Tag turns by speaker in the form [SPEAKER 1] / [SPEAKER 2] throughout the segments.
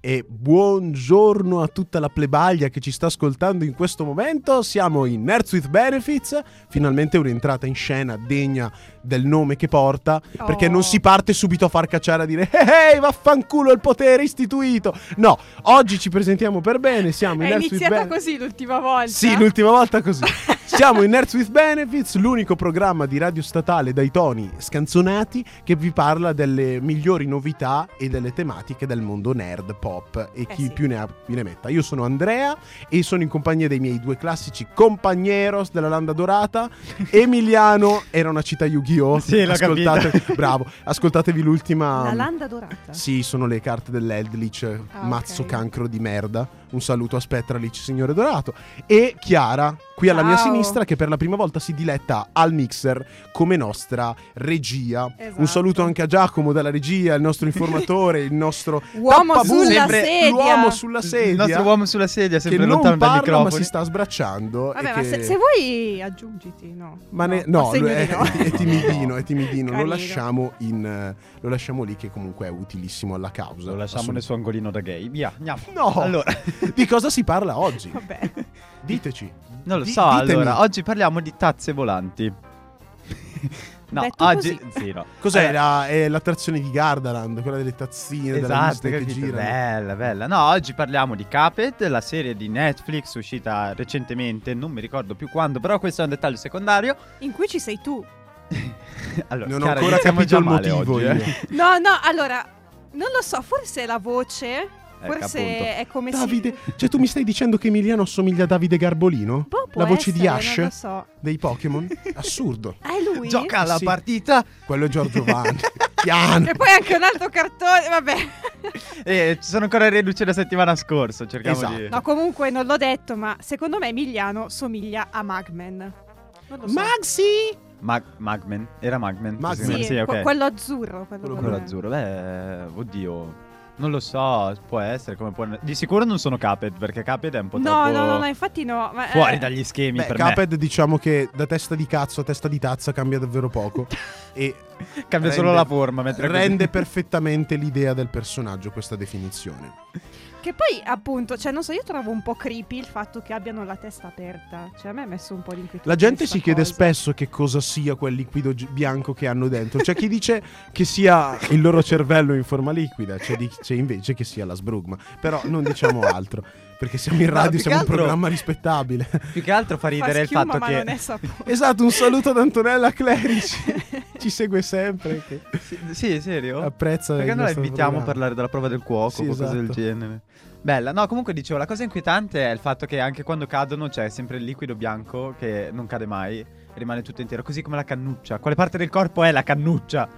[SPEAKER 1] e buongiorno a tutta la plebaglia che ci sta ascoltando in questo momento. Siamo in Nerds with Benefits, finalmente un'entrata in scena degna del nome che porta, perché
[SPEAKER 2] Oh.
[SPEAKER 1] non si parte subito a far cacciare a dire ehi hey, vaffanculo il potere istituito. No, oggi ci presentiamo per bene, siamo in
[SPEAKER 2] È
[SPEAKER 1] Nerds with
[SPEAKER 2] iniziata
[SPEAKER 1] Benefits.
[SPEAKER 2] così l'ultima volta.
[SPEAKER 1] Sì, l'ultima volta così. Siamo in Nerds with Benefits, l'unico programma di radio statale dai toni scanzonati che vi parla delle migliori novità e delle tematiche del mondo nerd pop e chi
[SPEAKER 2] Eh sì.
[SPEAKER 1] più ne ha più ne metta. Io sono Andrea e sono in compagnia dei miei due classici compagneros della Landa Dorata. Emiliano era una città Yu-Gi-Oh!
[SPEAKER 3] Sì, l'ho
[SPEAKER 1] Ascoltate-
[SPEAKER 3] capito.
[SPEAKER 1] Bravo, ascoltatevi l'ultima...
[SPEAKER 2] La landa dorata.
[SPEAKER 1] Sì, sono le carte dell'Eldritch,
[SPEAKER 2] Ah,
[SPEAKER 1] mazzo
[SPEAKER 2] ok.
[SPEAKER 1] cancro di merda. Un saluto a Spetralich, signore dorato. E Chiara, qui alla mia
[SPEAKER 2] Ciao.
[SPEAKER 1] sinistra, che per la prima volta si diletta al mixer come nostra regia.
[SPEAKER 2] Esatto.
[SPEAKER 1] Un saluto anche a Giacomo dalla regia, il nostro informatore, il nostro
[SPEAKER 2] Uomo
[SPEAKER 1] tappabulle,
[SPEAKER 2] sulla
[SPEAKER 3] sempre
[SPEAKER 2] sedia.
[SPEAKER 1] l'uomo sulla sedia.
[SPEAKER 3] Il nostro uomo sulla sedia,
[SPEAKER 1] che
[SPEAKER 3] sempre
[SPEAKER 1] non
[SPEAKER 3] lontano dal
[SPEAKER 1] parla ma
[SPEAKER 3] microfono.
[SPEAKER 1] si sta sbracciando.
[SPEAKER 2] Vabbè,
[SPEAKER 1] e
[SPEAKER 2] ma
[SPEAKER 1] che-
[SPEAKER 2] se, se vuoi aggiungiti, no.
[SPEAKER 1] ma ne-
[SPEAKER 2] a
[SPEAKER 1] no, eh.
[SPEAKER 2] segno
[SPEAKER 1] è,
[SPEAKER 2] di no.
[SPEAKER 1] è timidino, è timidino. Lo
[SPEAKER 2] Carino.
[SPEAKER 1] lasciamo, in, eh, lo lasciamo lì, che comunque è utilissimo alla causa.
[SPEAKER 3] Lo lasciamo nel suo angolino da gay. Via, andiamo.
[SPEAKER 1] No!
[SPEAKER 3] Allora,
[SPEAKER 1] Di cosa si parla oggi?
[SPEAKER 2] Vabbè.
[SPEAKER 1] Diteci.
[SPEAKER 3] non lo
[SPEAKER 1] Di-
[SPEAKER 3] so,
[SPEAKER 1] ditemi.
[SPEAKER 3] allora, oggi parliamo di tazze volanti. no,
[SPEAKER 2] Detto
[SPEAKER 3] oggi...
[SPEAKER 2] così.
[SPEAKER 3] Sì, no. Eh,
[SPEAKER 1] Cos'è
[SPEAKER 3] Allora,
[SPEAKER 1] la, è Eh, l'attrazione di Gardaland, quella delle tazzine, della
[SPEAKER 3] Esatto,
[SPEAKER 1] lista che
[SPEAKER 3] capito?
[SPEAKER 1] gira.
[SPEAKER 3] bella, bella. No, oggi parliamo di Cuphead, la serie di Netflix uscita recentemente, non mi ricordo più quando, però questo è un dettaglio secondario.
[SPEAKER 2] In cui ci sei tu.
[SPEAKER 3] Allora,
[SPEAKER 1] Non ho
[SPEAKER 3] Chiara,
[SPEAKER 1] ancora
[SPEAKER 3] iniziamo
[SPEAKER 1] capito
[SPEAKER 3] già
[SPEAKER 1] il
[SPEAKER 3] male
[SPEAKER 1] motivo
[SPEAKER 3] oggi,
[SPEAKER 1] io.
[SPEAKER 3] eh.
[SPEAKER 2] No, no, allora, non lo so, forse è la voce, forse
[SPEAKER 3] appunto.
[SPEAKER 2] è come
[SPEAKER 1] Ecco, Davide,
[SPEAKER 2] si...
[SPEAKER 1] cioè tu mi stai dicendo che Emiliano assomiglia a Davide Garbolino?
[SPEAKER 2] Boh, può
[SPEAKER 1] la voce di
[SPEAKER 2] essere,
[SPEAKER 1] Ash
[SPEAKER 2] Non lo so.
[SPEAKER 1] dei Pokémon? Assurdo.
[SPEAKER 2] Ah, è lui?
[SPEAKER 3] Gioca alla
[SPEAKER 1] Sì.
[SPEAKER 3] partita
[SPEAKER 1] Quello è Giorgio Vanni. Piano.
[SPEAKER 2] E poi anche un altro cartone, vabbè.
[SPEAKER 3] Eh, ci sono ancora i reduce la settimana scorsa, cerchiamo di...
[SPEAKER 1] Esatto.
[SPEAKER 2] No, comunque non l'ho detto, ma secondo me Emiliano somiglia a Magman. Non lo so.
[SPEAKER 1] Maxi!
[SPEAKER 3] Mag- Magman? Era Magman?
[SPEAKER 1] Magman.
[SPEAKER 3] Sì,
[SPEAKER 2] Sì,
[SPEAKER 3] sì,
[SPEAKER 2] que-
[SPEAKER 3] ok.
[SPEAKER 2] quello azzurro. Quello,
[SPEAKER 1] Quello-
[SPEAKER 3] Quello
[SPEAKER 2] con-
[SPEAKER 3] azzurro, beh, oddio. Non lo so, può essere come può... Di sicuro non sono Cuphead, perché Cuphead è un po'
[SPEAKER 2] No,
[SPEAKER 3] troppo
[SPEAKER 2] no, no, no, infatti no. Ma, eh,
[SPEAKER 3] fuori dagli schemi
[SPEAKER 1] Beh,
[SPEAKER 3] per
[SPEAKER 1] Cuphead diciamo che da testa di cazzo a testa di tazza cambia davvero poco. e
[SPEAKER 3] me. Cambia
[SPEAKER 1] rende-
[SPEAKER 3] solo la forma, mentre
[SPEAKER 1] rende perfettamente l'idea del personaggio questa definizione.
[SPEAKER 2] Che poi, appunto, cioè, non so, io trovo un po' creepy il fatto che abbiano la testa aperta. Cioè, a me ha messo un po' di inquietudine
[SPEAKER 1] La gente si
[SPEAKER 2] sta
[SPEAKER 1] chiede
[SPEAKER 2] cosa.
[SPEAKER 1] spesso che cosa sia quel liquido gi- bianco che hanno dentro. C'è chi dice che sia il loro cervello in forma liquida, c'è, di- c'è invece che sia la sbrugma. Però non diciamo altro, perché siamo in
[SPEAKER 3] No,
[SPEAKER 1] radio,
[SPEAKER 3] più
[SPEAKER 1] siamo
[SPEAKER 3] che
[SPEAKER 1] un
[SPEAKER 3] altro-
[SPEAKER 1] programma rispettabile.
[SPEAKER 3] Più che altro fa ridere il
[SPEAKER 2] schiuma,
[SPEAKER 3] fatto
[SPEAKER 2] ma
[SPEAKER 3] che...
[SPEAKER 2] non è saputo.
[SPEAKER 1] Esatto, un saluto ad Antonella Clerici. Ci segue sempre, che
[SPEAKER 3] Sì, sì, serio?
[SPEAKER 1] apprezza
[SPEAKER 3] Oh. Perché
[SPEAKER 1] il
[SPEAKER 3] non la
[SPEAKER 1] nostro
[SPEAKER 3] invitiamo a
[SPEAKER 1] programma.
[SPEAKER 3] parlare della prova del cuoco
[SPEAKER 1] Sì,
[SPEAKER 3] o qualcosa del
[SPEAKER 1] esatto.
[SPEAKER 3] genere? Bella, no, comunque dicevo, la cosa inquietante è il fatto che anche quando cadono c'è sempre il liquido bianco che non cade mai, rimane tutto intero, così come la cannuccia. Quale parte del corpo è la cannuccia?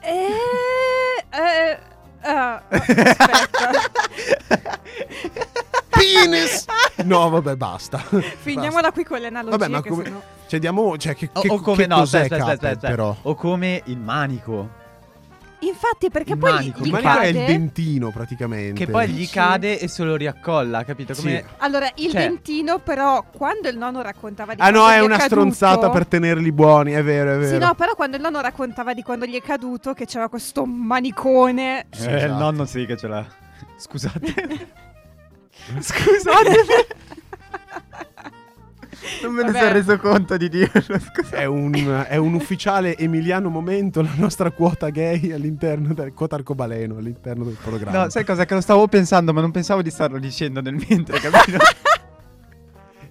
[SPEAKER 2] Eh, eh, ah, aspetta.
[SPEAKER 1] Penis! No, vabbè, basta.
[SPEAKER 2] Finiamola qui con le analogie.
[SPEAKER 1] Vabbè, ma
[SPEAKER 2] che
[SPEAKER 1] come-
[SPEAKER 2] sennò-
[SPEAKER 1] Cioè, diamo, cioè, che,
[SPEAKER 3] O,
[SPEAKER 1] che-
[SPEAKER 3] o come
[SPEAKER 1] che
[SPEAKER 3] no,
[SPEAKER 1] cos'è
[SPEAKER 3] aspetta, aspetta,
[SPEAKER 1] Cuphead,
[SPEAKER 3] aspetta.
[SPEAKER 1] però?
[SPEAKER 3] O come il manico.
[SPEAKER 2] Infatti, perché
[SPEAKER 3] Il
[SPEAKER 2] poi
[SPEAKER 3] manico,
[SPEAKER 2] gli
[SPEAKER 1] Il manico
[SPEAKER 2] cade...
[SPEAKER 1] è il dentino, praticamente.
[SPEAKER 3] Che poi gli
[SPEAKER 2] Sì.
[SPEAKER 3] cade e se lo riaccolla, capito?
[SPEAKER 1] Sì.
[SPEAKER 3] Come...
[SPEAKER 2] Allora, il
[SPEAKER 3] Cioè-
[SPEAKER 2] dentino, però, quando il nonno raccontava di
[SPEAKER 1] Ah no,
[SPEAKER 2] quando
[SPEAKER 1] è
[SPEAKER 2] gli
[SPEAKER 1] una
[SPEAKER 2] caduto-
[SPEAKER 1] stronzata per tenerli buoni, è vero, è vero.
[SPEAKER 2] Sì, no, però quando il nonno raccontava di quando gli è caduto, che c'era questo manicone.
[SPEAKER 1] Sì,
[SPEAKER 3] eh, il
[SPEAKER 1] esatto.
[SPEAKER 3] nonno sì che ce l'ha. Scusate,
[SPEAKER 2] Scusate.
[SPEAKER 3] non me ne
[SPEAKER 2] Vabbè.
[SPEAKER 3] sono reso conto di dirlo. Scusate.
[SPEAKER 1] È un, è un ufficiale Emiliano Momento, la nostra quota gay all'interno del quota arcobaleno, all'interno del programma.
[SPEAKER 3] No, sai cosa? Che lo stavo pensando, ma non pensavo di starlo dicendo nel mentre, capito?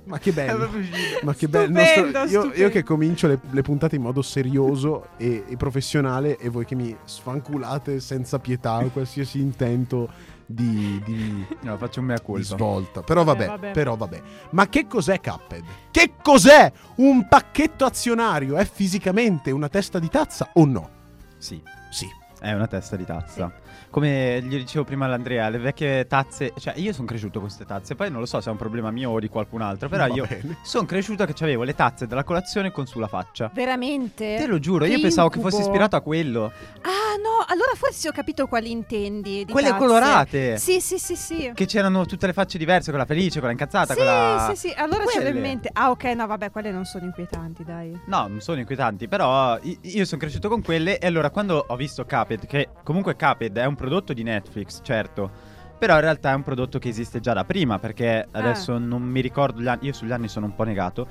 [SPEAKER 1] Ma che
[SPEAKER 3] È
[SPEAKER 1] bello.
[SPEAKER 3] proprio uscito.
[SPEAKER 1] Ma che bello.
[SPEAKER 2] Stupendo,
[SPEAKER 1] Nostro- io,
[SPEAKER 2] stupendo.
[SPEAKER 1] io che comincio le, le puntate in modo serioso e, e professionale e voi che mi sfanculate senza pietà qualsiasi intento di, di-
[SPEAKER 3] No, faccio un mea
[SPEAKER 1] di
[SPEAKER 3] culpa.
[SPEAKER 1] svolta. Però
[SPEAKER 2] Vabbè,
[SPEAKER 1] vabbè,
[SPEAKER 2] vabbè.
[SPEAKER 1] però vabbè. Ma che cos'è Cuphead? Che cos'è un pacchetto azionario? È fisicamente una testa di tazza o no?
[SPEAKER 3] Sì,
[SPEAKER 1] Sì.
[SPEAKER 3] è una testa di tazza. Come gli dicevo prima all'Andrea, le vecchie tazze, cioè io sono cresciuto con queste tazze, poi non lo so se è un problema mio o di qualcun altro, però
[SPEAKER 1] Va
[SPEAKER 3] io
[SPEAKER 1] bene.
[SPEAKER 3] sono cresciuto che avevo le tazze della colazione con sulla faccia.
[SPEAKER 2] Veramente?
[SPEAKER 3] Te lo giuro, io
[SPEAKER 2] Che
[SPEAKER 3] pensavo
[SPEAKER 2] incubo.
[SPEAKER 3] che fosse ispirato a quello.
[SPEAKER 2] Ah, no, allora forse ho capito quali intendi. di
[SPEAKER 3] Quelle
[SPEAKER 2] tazze.
[SPEAKER 3] colorate.
[SPEAKER 2] Sì, sì, sì, sì.
[SPEAKER 3] Che c'erano tutte le facce diverse, quella felice, quella incazzata,
[SPEAKER 2] Sì,
[SPEAKER 3] quella...
[SPEAKER 2] sì, sì, allora ce l'ho in
[SPEAKER 3] Quelle. Ah,
[SPEAKER 2] mente. Ah, ok, no, vabbè, quelle non sono inquietanti, dai.
[SPEAKER 3] No, non sono inquietanti, però i- io sono cresciuto con quelle e allora quando ho visto Cuphead, che comunque Cuphead è un prodotto di Netflix, certo, Però in realtà è un prodotto che esiste già da prima, perché
[SPEAKER 2] Ah.
[SPEAKER 3] adesso non mi ricordo gli anni, io sugli anni sono un po' negato.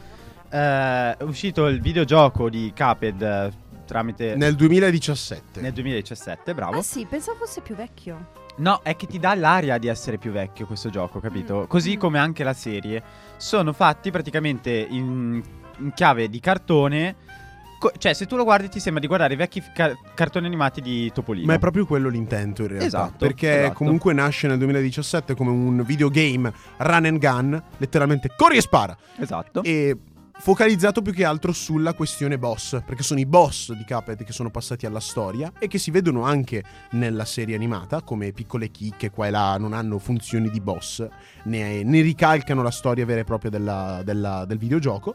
[SPEAKER 3] Eh, è uscito il videogioco di Caped eh, tramite...
[SPEAKER 1] Nel 2017.
[SPEAKER 3] nel 2017, bravo.
[SPEAKER 2] Ah sì, pensavo fosse più vecchio.
[SPEAKER 3] No, è che ti dà l'aria di essere più vecchio questo gioco, capito?
[SPEAKER 2] Mm.
[SPEAKER 3] Così
[SPEAKER 2] Mm.
[SPEAKER 3] come anche la serie. Sono fatti praticamente in, in chiave di cartone. Co- cioè, se tu lo guardi, ti sembra di guardare i vecchi fi- car- cartoni animati di Topolino.
[SPEAKER 1] Ma è proprio quello l'intento in realtà.
[SPEAKER 3] Esatto,
[SPEAKER 1] perché
[SPEAKER 3] esatto.
[SPEAKER 1] comunque nasce nel 2017 come un videogame run and gun, letteralmente corri e spara.
[SPEAKER 3] Esatto.
[SPEAKER 1] E focalizzato più che altro sulla questione boss, perché sono i boss di Cuphead che sono passati alla storia e che si vedono anche nella serie animata come piccole chicche qua e là, non hanno funzioni di boss, ne, ne ricalcano la storia vera e propria della- della- del videogioco.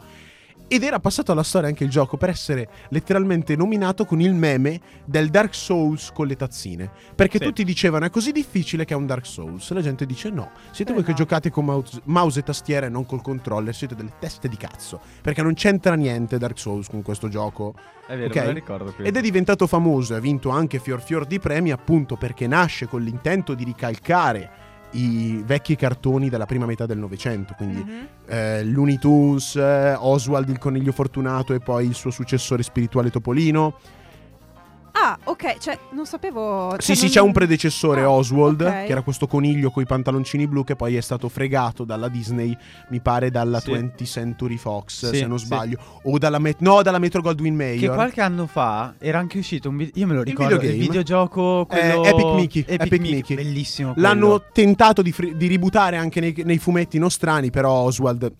[SPEAKER 1] Ed era passato alla storia anche il gioco per essere letteralmente nominato con il meme del Dark Souls con le tazzine. Perché
[SPEAKER 3] Sì.
[SPEAKER 1] tutti dicevano è così difficile che è un Dark Souls. La gente dice no. Siete
[SPEAKER 2] Eh
[SPEAKER 1] voi che
[SPEAKER 2] no.
[SPEAKER 1] giocate con mouse, mouse e tastiera e non col controller, siete delle teste di cazzo. Perché non c'entra niente Dark Souls con questo gioco.
[SPEAKER 3] È vero,
[SPEAKER 1] ok.
[SPEAKER 3] me lo ricordo. qui.
[SPEAKER 1] Ed è diventato famoso e ha vinto anche fior fior di premi appunto perché nasce con l'intento di ricalcare i vecchi cartoni della prima metà del Novecento. Quindi
[SPEAKER 2] Mhm.
[SPEAKER 1] eh, Looney Tunes, eh, Oswald il coniglio fortunato e poi il suo successore spirituale Topolino.
[SPEAKER 2] Ah, ok, cioè non sapevo... cioè,
[SPEAKER 1] Sì, sì,
[SPEAKER 2] non-
[SPEAKER 1] c'è un predecessore
[SPEAKER 2] Ah,
[SPEAKER 1] Oswald,
[SPEAKER 2] ok.
[SPEAKER 1] che era questo coniglio con i pantaloncini blu che poi è stato fregato dalla Disney, mi pare dalla
[SPEAKER 3] Sì.
[SPEAKER 1] 20th Century Fox,
[SPEAKER 3] Sì,
[SPEAKER 1] se non
[SPEAKER 3] sì.
[SPEAKER 1] sbaglio, o dalla Met- no, dalla Metro Goldwyn Mayer.
[SPEAKER 3] Che qualche anno fa era anche uscito un video. Io me lo ricordo. Il,
[SPEAKER 1] videogame.
[SPEAKER 3] videogioco. Quello...
[SPEAKER 1] Eh, Epic Mickey,
[SPEAKER 3] Epic,
[SPEAKER 1] Epic
[SPEAKER 3] Mickey.
[SPEAKER 1] Mickey.
[SPEAKER 3] Bellissimo. quello.
[SPEAKER 1] L'hanno tentato di, fri- di ributare anche nei, nei fumetti nostrani, però Oswald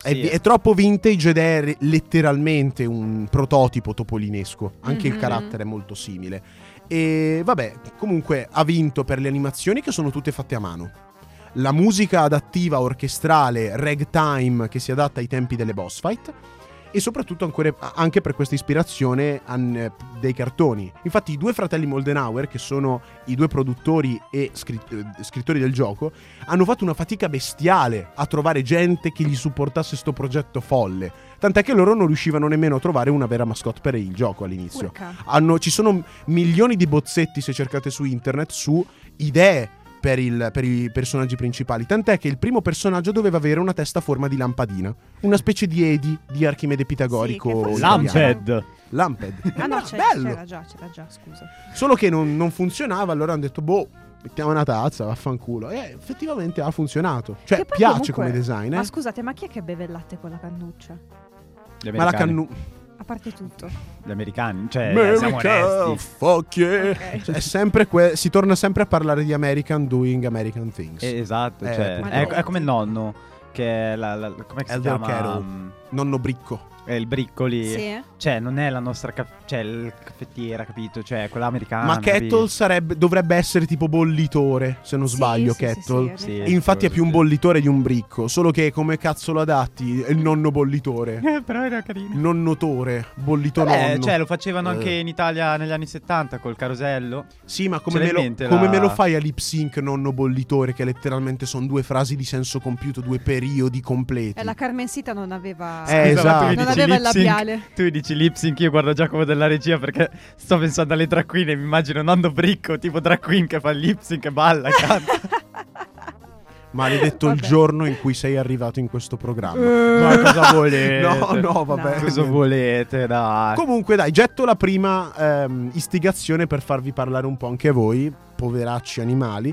[SPEAKER 1] è,
[SPEAKER 3] Sì,
[SPEAKER 1] vi-
[SPEAKER 3] eh.
[SPEAKER 1] è troppo vintage ed è re- letteralmente un prototipo topolinesco. Anche il
[SPEAKER 2] Mhm.
[SPEAKER 1] carattere è molto simile. E vabbè, comunque ha vinto per le animazioni che sono tutte fatte a mano. La musica adattiva, orchestrale, ragtime che si adatta ai tempi delle boss fight. E soprattutto ancora- anche per questa ispirazione an- dei cartoni. Infatti, i due fratelli Moldenhauer, che sono i due produttori e scritt- eh, scrittori del gioco, hanno fatto una fatica bestiale a trovare gente che gli supportasse sto progetto folle. Tant'è che loro non riuscivano nemmeno a trovare una vera mascotte per il gioco all'inizio.
[SPEAKER 2] Urca.
[SPEAKER 1] Hanno- ci sono milioni di bozzetti se cercate su internet su idee per, il- per i personaggi principali. Tant'è che il primo personaggio doveva avere una testa a forma di lampadina, una specie di Edi di Archimede
[SPEAKER 2] Sì, che
[SPEAKER 1] Pitagorico.
[SPEAKER 2] forse-
[SPEAKER 1] italiano.
[SPEAKER 3] Lamped.
[SPEAKER 1] Lamped.
[SPEAKER 3] Eh,
[SPEAKER 2] Ah no,
[SPEAKER 1] Ma
[SPEAKER 2] c'è-
[SPEAKER 1] bello.
[SPEAKER 2] c'era già, c'era già, scusa.
[SPEAKER 1] Solo che non, non funzionava, allora hanno detto boh. Mettiamo una tazza, vaffanculo. E effettivamente ha funzionato. Cioè,
[SPEAKER 2] Che poi
[SPEAKER 1] piace
[SPEAKER 2] comunque-
[SPEAKER 1] come design, eh?
[SPEAKER 2] Ma scusate, ma chi è che beve il latte con la cannuccia?
[SPEAKER 3] Gli
[SPEAKER 1] Ma la
[SPEAKER 3] americani.
[SPEAKER 1] cannu.
[SPEAKER 2] A parte tutto.
[SPEAKER 3] Gli americani. Cioè, siamo
[SPEAKER 1] America,
[SPEAKER 3] onesti.
[SPEAKER 1] fuck yeah.
[SPEAKER 2] Ok.
[SPEAKER 1] Cioè, è sempre que- si torna sempre a parlare di American doing American things.
[SPEAKER 3] Eh, esatto,
[SPEAKER 1] Eh,
[SPEAKER 3] cioè,
[SPEAKER 1] purtroppo.
[SPEAKER 3] è, è come il nonno che è la, la- la- com'è che si
[SPEAKER 1] Elder
[SPEAKER 3] chiama?
[SPEAKER 1] Carol.
[SPEAKER 3] Mm,
[SPEAKER 1] Nonno bricco.
[SPEAKER 3] è il briccoli.
[SPEAKER 2] Sì.
[SPEAKER 3] Cioè, non è la nostra cap- cioè, il caffettiera, capito? Cioè, quella americana.
[SPEAKER 1] Ma Kettle
[SPEAKER 3] capito?
[SPEAKER 1] sarebbe- dovrebbe essere tipo bollitore, se non sbaglio,
[SPEAKER 2] sì, sì, sì,
[SPEAKER 1] Kettle.
[SPEAKER 2] sì, in
[SPEAKER 3] Sì.
[SPEAKER 2] effetti.
[SPEAKER 1] Infatti è più un bollitore di un bricco, solo che come cazzo lo adatti? È il nonno bollitore.
[SPEAKER 3] Eh, però era carino.
[SPEAKER 1] Nonnotore, bollito
[SPEAKER 3] Vabbè,
[SPEAKER 1] nonno.
[SPEAKER 3] cioè, lo facevano anche
[SPEAKER 1] Eh.
[SPEAKER 3] in Italia negli anni 70 col carosello.
[SPEAKER 1] Sì, ma come,
[SPEAKER 3] ce l'hai
[SPEAKER 1] me lo,
[SPEAKER 3] in mente
[SPEAKER 1] come
[SPEAKER 3] la-
[SPEAKER 1] me lo fai a lip sync nonno bollitore, che letteralmente sono due frasi di senso compiuto, due periodi completi.
[SPEAKER 2] Eh, la Carmensita non aveva...
[SPEAKER 1] Eh,
[SPEAKER 3] Scusa, ma tu mi
[SPEAKER 1] esatto.
[SPEAKER 2] Non
[SPEAKER 3] dici
[SPEAKER 2] aveva il
[SPEAKER 3] lip sync?
[SPEAKER 2] labiale.
[SPEAKER 3] Tu mi dici lip sync, io guardo Giacomo della regia perché sto pensando alle drag queen e mi immagino Nando Bricco, tipo drag queen che fa il lip sync e balla, canta.
[SPEAKER 1] Maledetto il
[SPEAKER 2] Vabbè.
[SPEAKER 1] giorno in cui sei arrivato in questo programma.
[SPEAKER 3] Ma cosa volete?
[SPEAKER 1] No, no, vabbè.
[SPEAKER 2] No.
[SPEAKER 3] Cosa volete, dai.
[SPEAKER 1] Comunque, dai, getto la prima ehm, istigazione per farvi parlare un po' anche voi, poveracci animali.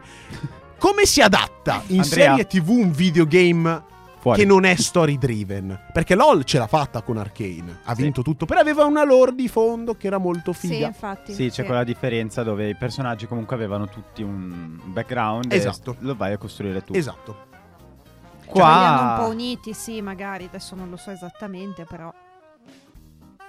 [SPEAKER 1] Come si adatta in
[SPEAKER 3] Andrea.
[SPEAKER 1] serie TV un videogame
[SPEAKER 3] Fuori.
[SPEAKER 1] che non è story driven? Perché LOL ce l'ha fatta con Arkane, ha
[SPEAKER 3] Sì.
[SPEAKER 1] vinto tutto, però aveva una lore di fondo che era molto
[SPEAKER 2] Sì,
[SPEAKER 1] figa.
[SPEAKER 2] infatti.
[SPEAKER 3] Sì, c'è quella differenza dove i personaggi comunque avevano tutti un background
[SPEAKER 1] Esatto.
[SPEAKER 3] e lo vai a costruire tu.
[SPEAKER 1] Esatto.
[SPEAKER 2] Cioè, li hanno un po'
[SPEAKER 3] Qua
[SPEAKER 2] uniti, sì, magari. Adesso non lo so esattamente, però...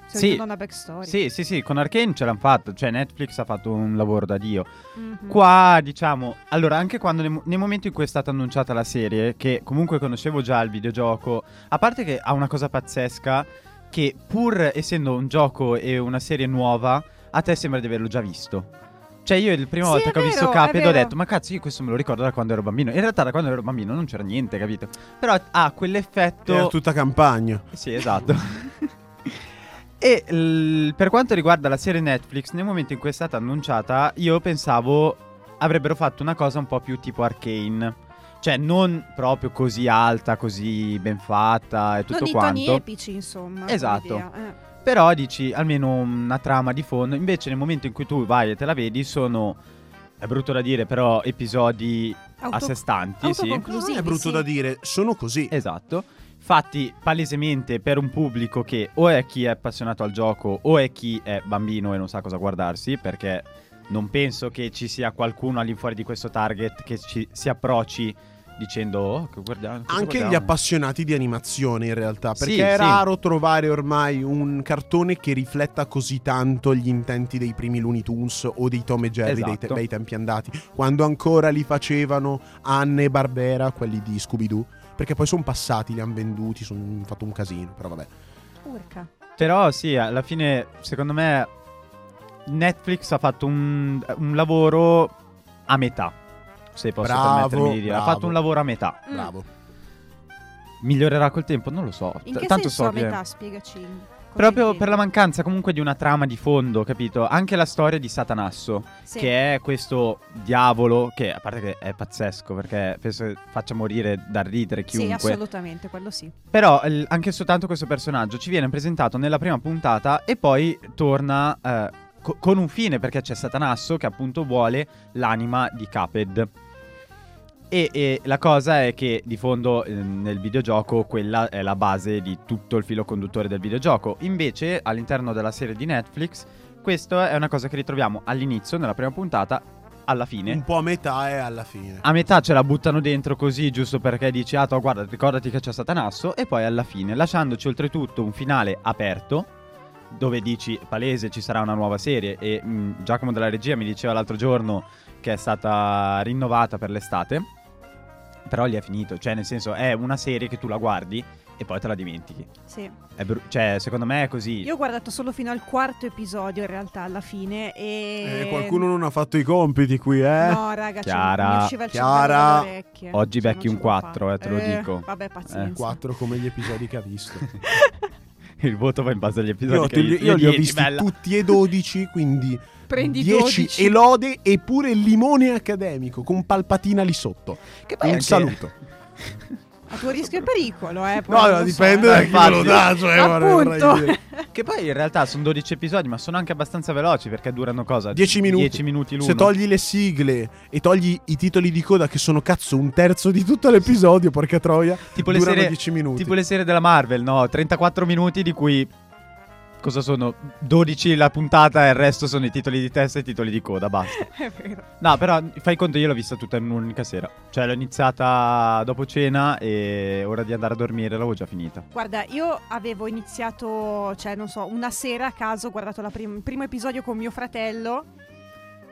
[SPEAKER 2] Se
[SPEAKER 3] Sì.
[SPEAKER 2] ognuno ha una backstory.
[SPEAKER 3] Sì, sì, sì, con Arkane ce l'hanno fatto, cioè Netflix ha fatto un lavoro da dio.
[SPEAKER 2] Mhm.
[SPEAKER 3] Mm-hmm. Qua, diciamo, allora anche quando nel, mo- nel momento in cui è stata annunciata la serie, che comunque conoscevo già il videogioco, a parte che ha una cosa pazzesca che pur essendo un gioco e una serie nuova, a te sembra di averlo già visto. Cioè io la prima
[SPEAKER 2] Sì,
[SPEAKER 3] volta
[SPEAKER 2] è
[SPEAKER 3] che ho visto
[SPEAKER 2] vero, è
[SPEAKER 3] Caped ho
[SPEAKER 2] vero.
[SPEAKER 3] detto, ma cazzo io questo me lo ricordo da quando ero bambino. In realtà da quando ero bambino non c'era niente, capito? Però ha quell'effetto...
[SPEAKER 1] Era tutta campagna.
[SPEAKER 3] Sì, esatto. e l- per quanto riguarda la serie Netflix, nel momento in cui è stata annunciata, io pensavo avrebbero fatto una cosa un po' più tipo arcane. Cioè, non proprio così alta, così ben fatta e tutto
[SPEAKER 2] non i
[SPEAKER 3] quanto.
[SPEAKER 2] toni epici, insomma.
[SPEAKER 3] Esatto.
[SPEAKER 2] come idea, eh.
[SPEAKER 3] Però dici almeno una trama di fondo. Invece, nel momento in cui tu vai e te la vedi, sono. È brutto da dire, però episodi
[SPEAKER 2] Auto-
[SPEAKER 3] a sé stanti, sì.
[SPEAKER 2] autoconclusivi,
[SPEAKER 1] Non è brutto
[SPEAKER 2] sì.
[SPEAKER 1] da dire, sono così.
[SPEAKER 3] Esatto. Fatti palesemente per un pubblico che o è chi è appassionato al gioco o è chi è bambino e non sa cosa guardarsi, perché non penso che ci sia qualcuno all'infuori di questo target che ci, si approcci dicendo "Oh, che guardiamo". cosa
[SPEAKER 1] Anche gli
[SPEAKER 3] guardiamo?"
[SPEAKER 1] appassionati di animazione in realtà, perché
[SPEAKER 3] Sì,
[SPEAKER 1] è
[SPEAKER 3] sì.
[SPEAKER 1] raro trovare ormai un cartone che rifletta così tanto gli intenti dei primi Looney Tunes o dei Tom e Jerry dei, te-
[SPEAKER 3] Esatto.
[SPEAKER 1] bei tempi andati, quando ancora li facevano Anne e Barbera, quelli di Scooby-Doo, perché poi sono passati, li hanno venduti, sono fatto un casino, però vabbè.
[SPEAKER 2] Urca.
[SPEAKER 3] Però sì, alla fine, secondo me, Netflix ha fatto un, un lavoro a metà. Se posso
[SPEAKER 1] Bravo,
[SPEAKER 3] permettermi di dire, ha
[SPEAKER 1] bravo.
[SPEAKER 3] fatto un lavoro a metà.
[SPEAKER 2] Mm.
[SPEAKER 1] Bravo.
[SPEAKER 3] Migliorerà col tempo? Non lo so.
[SPEAKER 2] Mm. In
[SPEAKER 3] T-
[SPEAKER 2] che
[SPEAKER 3] tanto
[SPEAKER 2] senso
[SPEAKER 3] so
[SPEAKER 2] a
[SPEAKER 3] che...
[SPEAKER 2] metà? Spiegaci. cosa
[SPEAKER 3] Proprio
[SPEAKER 2] intendi.
[SPEAKER 3] per la mancanza comunque di una trama di fondo, capito? Anche la storia di Satanasso,
[SPEAKER 2] Sì.
[SPEAKER 3] che è questo diavolo che, a parte che è pazzesco, perché penso che faccia morire da ridere
[SPEAKER 2] Sì,
[SPEAKER 3] chiunque.
[SPEAKER 2] assolutamente, quello sì.
[SPEAKER 3] Però l- anche soltanto questo personaggio ci viene presentato nella prima puntata e poi torna eh, co- con un fine, perché c'è Satanasso che appunto vuole l'anima di Caped. E, e la cosa è che di fondo eh, nel videogioco quella è la base di tutto il filo conduttore del videogioco. Invece all'interno della serie di Netflix questa è una cosa che ritroviamo all'inizio, nella prima puntata, alla fine.
[SPEAKER 1] Un po' a metà e alla fine.
[SPEAKER 3] A metà ce la buttano dentro così, giusto perché dici, ah, toh, guarda, ricordati che c'è Satanasso, e poi alla fine, lasciandoci oltretutto un finale aperto, dove dici, palese, ci sarà una nuova serie, e mh, Giacomo della regia mi diceva l'altro giorno che è stata rinnovata per l'estate, però lì è finito, cioè nel senso è una serie che tu la guardi e poi te la dimentichi.
[SPEAKER 2] Sì.
[SPEAKER 3] È bru- cioè, secondo me è così.
[SPEAKER 2] Io ho guardato solo fino al quarto episodio, in realtà, alla fine. E.
[SPEAKER 1] Eh, qualcuno non ha fatto i compiti qui, eh?
[SPEAKER 2] ehm. No, raga, cioè,
[SPEAKER 3] Chiara.
[SPEAKER 2] mi usciva il
[SPEAKER 1] Chiara.
[SPEAKER 2] cervello dalle orecchie.
[SPEAKER 3] Oggi
[SPEAKER 2] Cioè,
[SPEAKER 3] becchi
[SPEAKER 2] non
[SPEAKER 3] un
[SPEAKER 2] ce la
[SPEAKER 3] 4,
[SPEAKER 2] fa.
[SPEAKER 3] eh, te lo dico.
[SPEAKER 2] Vabbè, pazienza.
[SPEAKER 3] Eh.
[SPEAKER 1] Quattro come gli episodi che ha visto.
[SPEAKER 3] Il voto va in base agli episodi.
[SPEAKER 1] Io,
[SPEAKER 3] che
[SPEAKER 1] te
[SPEAKER 3] hai
[SPEAKER 1] li-
[SPEAKER 3] visto.
[SPEAKER 1] io li ho
[SPEAKER 3] 10,
[SPEAKER 1] visti
[SPEAKER 3] bella.
[SPEAKER 1] tutti e 12, quindi
[SPEAKER 2] Prendi
[SPEAKER 1] 10
[SPEAKER 2] 12.
[SPEAKER 1] elode e pure limone accademico con palpatina lì sotto.
[SPEAKER 3] Che
[SPEAKER 1] Un
[SPEAKER 3] anche-
[SPEAKER 1] saluto.
[SPEAKER 2] A tuo rischio e pericolo, eh. poi
[SPEAKER 1] No,
[SPEAKER 2] non
[SPEAKER 1] no,
[SPEAKER 2] lo so,
[SPEAKER 1] dipende
[SPEAKER 2] eh.
[SPEAKER 1] da chi me lo
[SPEAKER 3] Infatti.
[SPEAKER 1] dà, cioè, vorrei- vorrei
[SPEAKER 2] Appunto.
[SPEAKER 1] dire.
[SPEAKER 3] Che poi in realtà sono 12 episodi, ma sono anche abbastanza veloci perché durano cosa?
[SPEAKER 1] 10 minuti.
[SPEAKER 3] 10 minuti l'uno.
[SPEAKER 1] Se togli le sigle e togli i titoli di coda che sono cazzo un terzo di tutto l'episodio, porca troia,
[SPEAKER 3] tipo le
[SPEAKER 1] durano
[SPEAKER 3] serie
[SPEAKER 1] 10 minuti.
[SPEAKER 3] tipo le serie della Marvel, no, 34 minuti di cui cosa sono 12 la puntata e il resto sono i titoli di testa e i titoli di coda, basta.
[SPEAKER 2] È vero.
[SPEAKER 3] No, però fai conto io l'ho vista tutta in un'unica sera. Cioè l'ho iniziata dopo cena e ora di andare a dormire l'avevo già finita.
[SPEAKER 2] Guarda, io avevo iniziato, cioè, non so, una sera a caso ho guardato la prim- il primo episodio con mio fratello.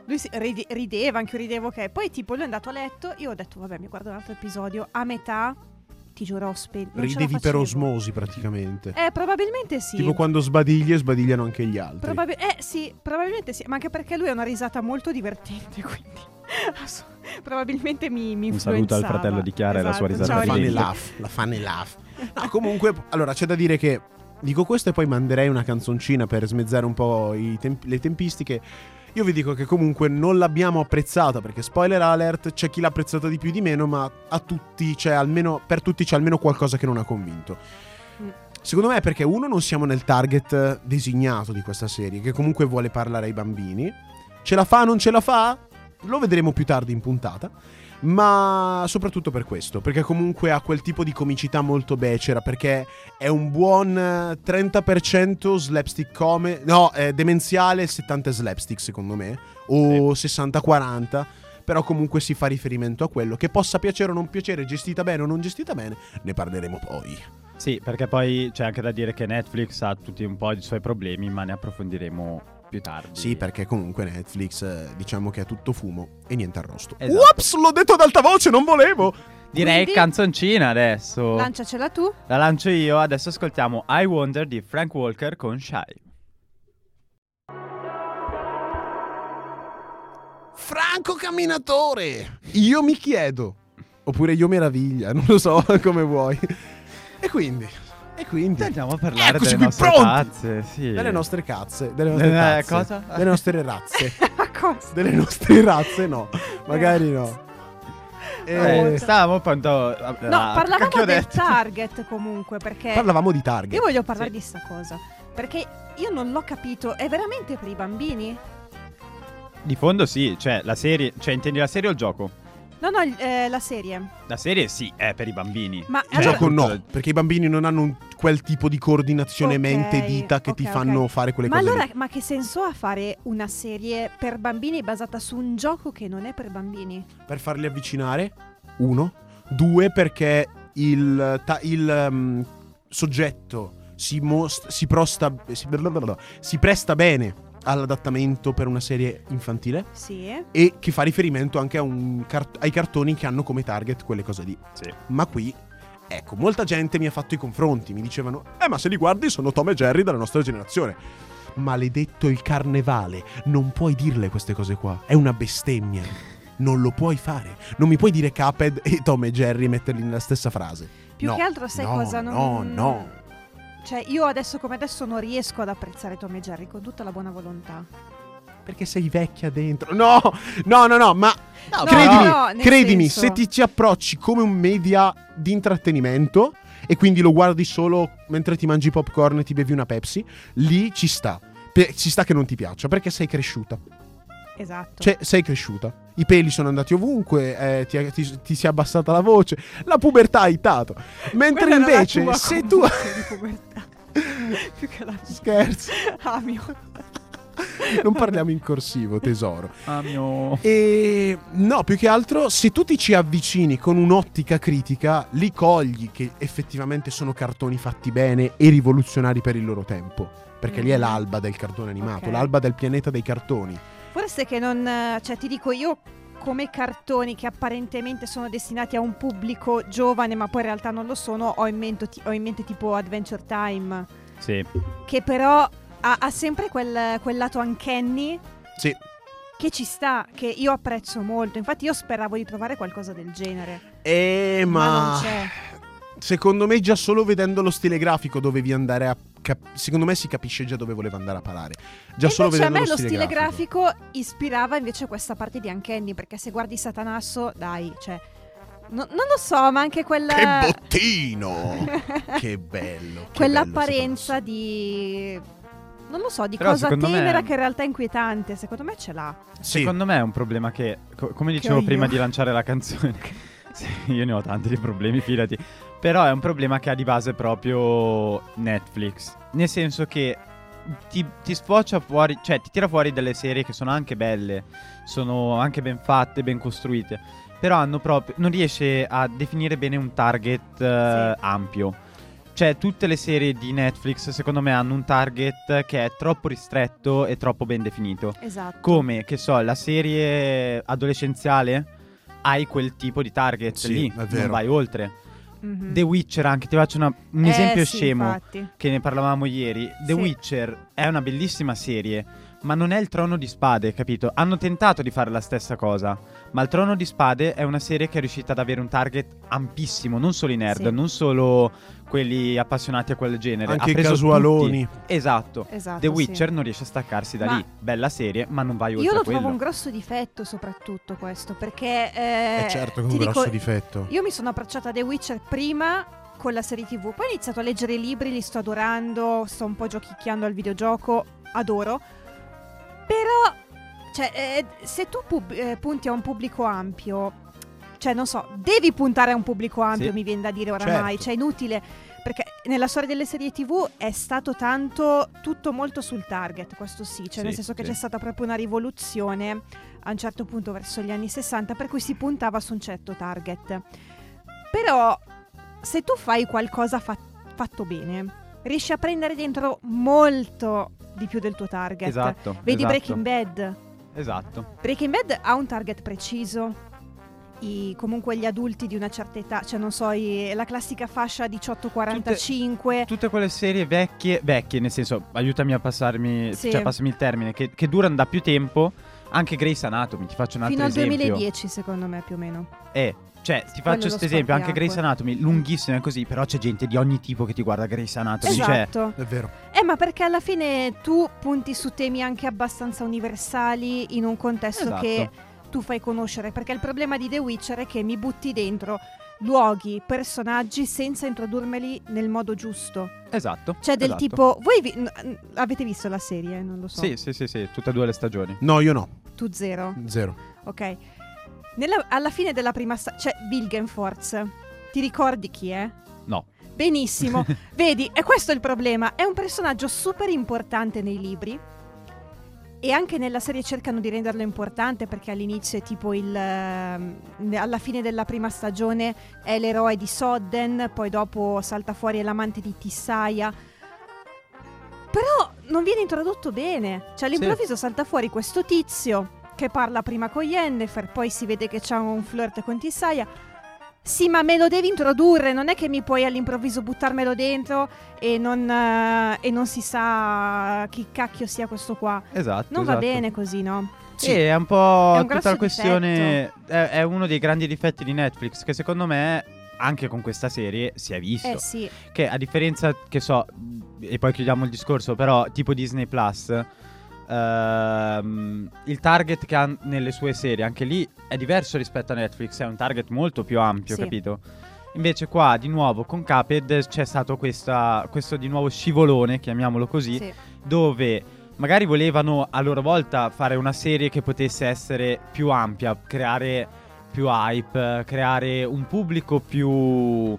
[SPEAKER 2] Lui si- ride- rideva, anche io ridevo, ok. Poi, tipo, lui è andato a letto. Io ho detto, vabbè, mi guardo un altro episodio. A metà, ti giuro, ho spento.
[SPEAKER 1] Ridevi per osmosi praticamente.
[SPEAKER 2] Eh, probabilmente sì.
[SPEAKER 1] Tipo quando sbadigli e sbadigliano anche gli altri.
[SPEAKER 2] Probabil- eh sì, probabilmente sì, ma anche perché lui ha una risata molto divertente, quindi ass- probabilmente mi, mi
[SPEAKER 3] Un saluto al
[SPEAKER 2] influenzava.
[SPEAKER 3] fratello di Chiara e la sua
[SPEAKER 2] Esatto,
[SPEAKER 3] risata
[SPEAKER 1] la
[SPEAKER 2] ciao,
[SPEAKER 1] fane
[SPEAKER 3] ridente.
[SPEAKER 2] Enrico.
[SPEAKER 1] laugh, la fane laugh. No, comunque, allora c'è da dire che dico questo e poi manderei una canzoncina per smezzare un po' i temp- le tempistiche. Io vi dico che comunque non l'abbiamo apprezzata perché spoiler alert, c'è chi l'ha apprezzata di più di meno, ma a tutti c'è almeno per tutti c'è almeno qualcosa che non ha convinto.
[SPEAKER 2] Mm.
[SPEAKER 1] Secondo me è perché uno non siamo nel target designato di questa serie che comunque vuole parlare ai bambini. Ce la fa non ce la fa? Lo vedremo più tardi in puntata ma soprattutto per questo, perché comunque ha quel tipo di comicità molto becera, perché è un buon eh, 30% slapstick come, no, eh, demenziale 70 slapstick secondo me, o 60-40, però comunque si fa riferimento a quello, che possa piacere o non piacere, gestita bene o non gestita bene, ne parleremo poi.
[SPEAKER 3] Sì, perché poi c'è anche da dire che Netflix ha tutti un po' i suoi problemi, ma ne approfondiremo più tardi.
[SPEAKER 1] Sì, perché comunque Netflix eh, diciamo che è tutto fumo e niente arrosto.
[SPEAKER 3] Esatto.
[SPEAKER 1] Ups, l'ho detto ad alta voce, non volevo!
[SPEAKER 3] Direi
[SPEAKER 2] Quindi-
[SPEAKER 3] canzoncina adesso.
[SPEAKER 2] Lanciacela tu.
[SPEAKER 3] La lancio io, adesso ascoltiamo I Wonder di Frank Walker con Shy.
[SPEAKER 1] Franco Camminatore! Io mi chiedo. Oppure io meraviglia, non lo so come vuoi. E quindi, e quindi,
[SPEAKER 3] Andiamo a parlare
[SPEAKER 1] Eccoci
[SPEAKER 3] delle
[SPEAKER 1] qui
[SPEAKER 3] nostre
[SPEAKER 1] pronti!
[SPEAKER 3] tazze, sì.
[SPEAKER 1] delle nostre cazze, delle nostre
[SPEAKER 3] Eh,
[SPEAKER 1] cazze,
[SPEAKER 3] cosa?
[SPEAKER 1] delle nostre razze.
[SPEAKER 2] cose.
[SPEAKER 1] delle nostre razze no, magari no.
[SPEAKER 3] Eh,
[SPEAKER 1] Eh,
[SPEAKER 3] stavamo eh, quando...
[SPEAKER 2] No,
[SPEAKER 3] che ho
[SPEAKER 2] parlavamo del
[SPEAKER 3] detto?
[SPEAKER 2] target comunque perché
[SPEAKER 1] parlavamo di
[SPEAKER 2] io
[SPEAKER 1] target.
[SPEAKER 2] voglio parlare
[SPEAKER 3] Sì.
[SPEAKER 2] di sta cosa perché io non l'ho capito, è veramente per i bambini?
[SPEAKER 3] Di fondo sì, cioè la serie... Cioè intendi la serie o il gioco?
[SPEAKER 2] No, no, il- eh, la serie.
[SPEAKER 3] La serie sì, è per i bambini.
[SPEAKER 2] Ma
[SPEAKER 1] Il
[SPEAKER 3] Cioè,
[SPEAKER 2] allora,
[SPEAKER 1] gioco no,
[SPEAKER 3] tutto-
[SPEAKER 1] perché i bambini non hanno un- quel tipo di coordinazione
[SPEAKER 2] Ok,
[SPEAKER 1] mente-dita che ti
[SPEAKER 2] ok,
[SPEAKER 1] fanno
[SPEAKER 2] ok.
[SPEAKER 1] fare quelle
[SPEAKER 2] ma
[SPEAKER 1] cose lì.
[SPEAKER 2] allora, ma che senso ha fare una serie per bambini basata su un gioco che non è per bambini?
[SPEAKER 1] per farli avvicinare, uno, due perché il, ta- il, um, soggetto si, most- si, prosta- si, blablabla, si presta bene all'adattamento per una serie infantile
[SPEAKER 2] Sì.
[SPEAKER 1] e che fa riferimento anche a un cart- ai cartoni che hanno come target quelle cose lì.
[SPEAKER 3] Sì.
[SPEAKER 1] Ma qui, ecco, molta gente mi ha fatto i confronti, mi dicevano, eh ma se li guardi sono Tom e Jerry della nostra generazione. Maledetto il carnevale, non puoi dirle queste cose qua, è una bestemmia. Non lo puoi fare. Non mi puoi dire Caped e Tom e Jerry e metterli nella stessa frase.
[SPEAKER 2] Più
[SPEAKER 1] No,
[SPEAKER 2] che altro sai
[SPEAKER 1] no,
[SPEAKER 2] cosa non...
[SPEAKER 1] No, no.
[SPEAKER 2] Cioè, io adesso come adesso non riesco ad apprezzare Tom e Jerry con tutta la buona volontà.
[SPEAKER 1] Perché sei vecchia dentro. No, no, no, no, ma
[SPEAKER 2] No,
[SPEAKER 1] credimi,
[SPEAKER 2] no, nel
[SPEAKER 1] credimi,
[SPEAKER 2] senso-
[SPEAKER 1] se ti ci approcci come un media di intrattenimento e quindi lo guardi solo mentre ti mangi popcorn e ti bevi una Pepsi, lì ci sta. Pe- ci sta che non ti piaccia perché sei cresciuta.
[SPEAKER 2] Certo. Esatto.
[SPEAKER 1] Cioè, sei cresciuta. I peli sono andati ovunque, eh, ti, ti- ti si è abbassata la voce, la pubertà ha itato. Mentre
[SPEAKER 2] Quella era la
[SPEAKER 1] invece,
[SPEAKER 2] tua
[SPEAKER 1] se tu.
[SPEAKER 2] comunque di pubertà. Più che la
[SPEAKER 1] Scherzo.
[SPEAKER 2] Ah, mio.
[SPEAKER 1] Non parliamo in corsivo, tesoro.
[SPEAKER 3] Ah, mio...
[SPEAKER 1] E no, più che altro, se tu ti ci avvicini con un'ottica critica, li cogli che effettivamente sono cartoni fatti bene e rivoluzionari per il loro tempo. Perché lì è
[SPEAKER 2] Mm.
[SPEAKER 1] l'alba del cartone animato,
[SPEAKER 2] Ok.
[SPEAKER 1] l'alba del pianeta dei cartoni.
[SPEAKER 2] Forse che non... eh, Cioè, ti dico io come cartoni che apparentemente sono destinati a un pubblico giovane ma poi in realtà non lo sono, ho in mente, ti- ho in mente tipo Adventure Time,
[SPEAKER 3] Sì.
[SPEAKER 2] che però ha, ha sempre quel, quel lato uncanny
[SPEAKER 1] Sì,
[SPEAKER 2] che ci sta, che io apprezzo molto. Infatti io speravo di trovare qualcosa del genere.
[SPEAKER 1] Eh, ma,
[SPEAKER 2] Ma non c'è.
[SPEAKER 1] secondo me già solo vedendo lo stile grafico dovevi andare a cap- secondo me si capisce già dove voleva andare a parare. Già
[SPEAKER 2] E
[SPEAKER 1] solo
[SPEAKER 2] invece a
[SPEAKER 1] vedendo
[SPEAKER 2] me
[SPEAKER 1] lo stile, grafico.
[SPEAKER 2] grafico. ispirava invece questa parte di Uncanny, perché se guardi Satanasso, dai, cioè... no- non lo so, ma anche quella...
[SPEAKER 1] Che bottino! che bello. che
[SPEAKER 2] Quell'apparenza
[SPEAKER 1] bello,
[SPEAKER 2] di... Non lo so, di
[SPEAKER 3] Però
[SPEAKER 2] cosa
[SPEAKER 3] secondo me-
[SPEAKER 2] tenera che in realtà è inquietante. Secondo me ce l'ha.
[SPEAKER 1] Sì.
[SPEAKER 3] Secondo me è un problema che, co- come dicevo
[SPEAKER 2] ho io.
[SPEAKER 3] prima di lanciare la canzone, sì, io ne ho tanti di problemi, fidati, però è un problema che ha di base proprio Netflix, nel senso che ti, ti sfocia fuori, cioè ti tira fuori delle serie che sono anche belle, sono anche ben fatte, ben costruite, però hanno proprio, non riesce a definire bene un target eh,
[SPEAKER 2] Sì.
[SPEAKER 3] ampio. Cioè, tutte le serie di Netflix, secondo me, hanno un target che è troppo ristretto e troppo ben definito
[SPEAKER 2] Esatto.
[SPEAKER 3] come che so, la serie adolescenziale hai quel tipo di target
[SPEAKER 1] Sì,
[SPEAKER 3] lì,
[SPEAKER 1] è
[SPEAKER 3] non
[SPEAKER 1] vero.
[SPEAKER 3] vai oltre.
[SPEAKER 2] Mhm.
[SPEAKER 3] The Witcher anche, ti faccio una- un esempio
[SPEAKER 2] Eh, sì,
[SPEAKER 3] scemo
[SPEAKER 2] infatti.
[SPEAKER 3] che ne parlavamo ieri. The
[SPEAKER 2] Sì.
[SPEAKER 3] Witcher è una bellissima serie, ma non è il Trono di Spade, capito? Hanno tentato di fare la stessa cosa, ma il Trono di Spade è una serie che è riuscita ad avere un target ampissimo, non solo i nerd,
[SPEAKER 2] Sì.
[SPEAKER 3] non solo quelli appassionati a quel genere,
[SPEAKER 1] Anche
[SPEAKER 3] ha
[SPEAKER 1] i
[SPEAKER 3] preso
[SPEAKER 1] casualoni.
[SPEAKER 3] tutti. Esatto.
[SPEAKER 2] Esatto,
[SPEAKER 3] The
[SPEAKER 2] sì.
[SPEAKER 3] Witcher non riesce a staccarsi da
[SPEAKER 2] Ma-
[SPEAKER 3] lì. Bella serie, ma non vai oltre
[SPEAKER 2] Io lo
[SPEAKER 3] a quello.
[SPEAKER 2] trovo un grosso difetto soprattutto questo, perché... Eh,
[SPEAKER 1] Eh certo che è
[SPEAKER 2] ti
[SPEAKER 1] un
[SPEAKER 2] dico,
[SPEAKER 1] grosso difetto.
[SPEAKER 2] Io mi sono approcciata a The Witcher prima con la serie TV, poi ho iniziato a leggere i libri, li sto adorando, sto un po' giochicchiando al videogioco, adoro. Però, cioè, eh, se tu pub- eh, punti a un pubblico ampio, cioè, non so, devi puntare a un pubblico ampio,
[SPEAKER 3] Sì.
[SPEAKER 2] mi viene da dire oramai,
[SPEAKER 1] Certo.
[SPEAKER 2] cioè, è inutile. Perché nella storia delle serie TV è stato tanto, tutto molto sul target, questo sì, cioè
[SPEAKER 3] Sì,
[SPEAKER 2] nel senso che
[SPEAKER 3] sì.
[SPEAKER 2] c'è stata proprio una rivoluzione a un certo punto verso gli anni 60 per cui si puntava su un certo target. Però se tu fai qualcosa fa- fatto bene, riesci a prendere dentro molto di più del tuo target.
[SPEAKER 3] Esatto.
[SPEAKER 2] Vedi
[SPEAKER 3] esatto,
[SPEAKER 2] Breaking Bad.
[SPEAKER 3] Esatto.
[SPEAKER 2] Breaking Bad ha un target preciso. I- comunque gli adulti di una certa età, cioè non so, i- la classica fascia 18-45.
[SPEAKER 3] Tutte quelle serie vecchie, vecchie, nel senso, aiutami a passarmi,
[SPEAKER 2] Sì.
[SPEAKER 3] cioè passami il termine, che, che durano da più tempo, Anche Grace Anatomy, ti faccio un altro
[SPEAKER 2] Fino al
[SPEAKER 3] esempio.
[SPEAKER 2] 2010 secondo me più o meno.
[SPEAKER 3] Eh, cioè, ti
[SPEAKER 2] Quello
[SPEAKER 3] faccio
[SPEAKER 2] lo
[SPEAKER 3] questo esempio, anche Grace
[SPEAKER 2] spartiacque.
[SPEAKER 3] Anatomy, lunghissimo è così, però c'è gente di ogni tipo che ti guarda Grace Anatomy, cioè
[SPEAKER 2] Esatto.
[SPEAKER 1] È vero.
[SPEAKER 2] Eh, ma perché alla fine tu punti su temi anche abbastanza universali in un contesto
[SPEAKER 3] Esatto.
[SPEAKER 2] che tu fai conoscere. Perché il problema di The Witcher è che mi butti dentro luoghi, personaggi senza introdurmeli nel modo giusto.
[SPEAKER 3] esatto.
[SPEAKER 2] Cioè, del
[SPEAKER 3] esatto.
[SPEAKER 2] tipo, voi vi- n- n- avete visto la serie? Non lo so.
[SPEAKER 3] Sì, Mm. sì, sì, sì, tutte e due le stagioni.
[SPEAKER 1] No, io no.
[SPEAKER 2] Tu zero.
[SPEAKER 1] Zero.
[SPEAKER 2] Ok. Nella- alla fine della prima stagione c'è Wilgenfortz. Ti ricordi chi è?
[SPEAKER 3] No.
[SPEAKER 2] Benissimo. Vedi, e questo è il problema. È un personaggio super importante nei libri. E anche nella serie cercano di renderlo importante perché all'inizio è tipo il... ehm, alla fine della prima stagione è l'eroe di Sodden, poi dopo salta fuori è l'amante di Tissaia. Però non viene introdotto bene. Cioè all'improvviso salta fuori questo tizio che parla prima con Yennefer, poi si vede che c'ha un flirt con Tissaia. Sì, ma me lo devi introdurre, non è che mi puoi all'improvviso buttarmelo dentro e non, eh, e non si sa chi cacchio sia questo qua.
[SPEAKER 3] Esatto.
[SPEAKER 2] Non va
[SPEAKER 3] esatto.
[SPEAKER 2] bene così, no? Eh,
[SPEAKER 3] Sì, è un po'
[SPEAKER 2] È un grosso
[SPEAKER 3] tutta la questione. È, è uno dei grandi difetti di Netflix che secondo me, anche con questa serie, si è visto.
[SPEAKER 2] Eh sì,
[SPEAKER 3] Che a differenza, che so, e poi chiudiamo il discorso, però tipo Disney Plus, ehm, il target che ha nelle sue serie, anche lì è diverso rispetto a Netflix, è un target molto più ampio,
[SPEAKER 2] Sì.
[SPEAKER 3] capito? Invece qua di nuovo con Caped c'è stato questa- questo di nuovo scivolone, chiamiamolo così,
[SPEAKER 2] sì.
[SPEAKER 3] dove magari volevano a loro volta fare una serie che potesse essere più ampia, creare più hype, creare un pubblico più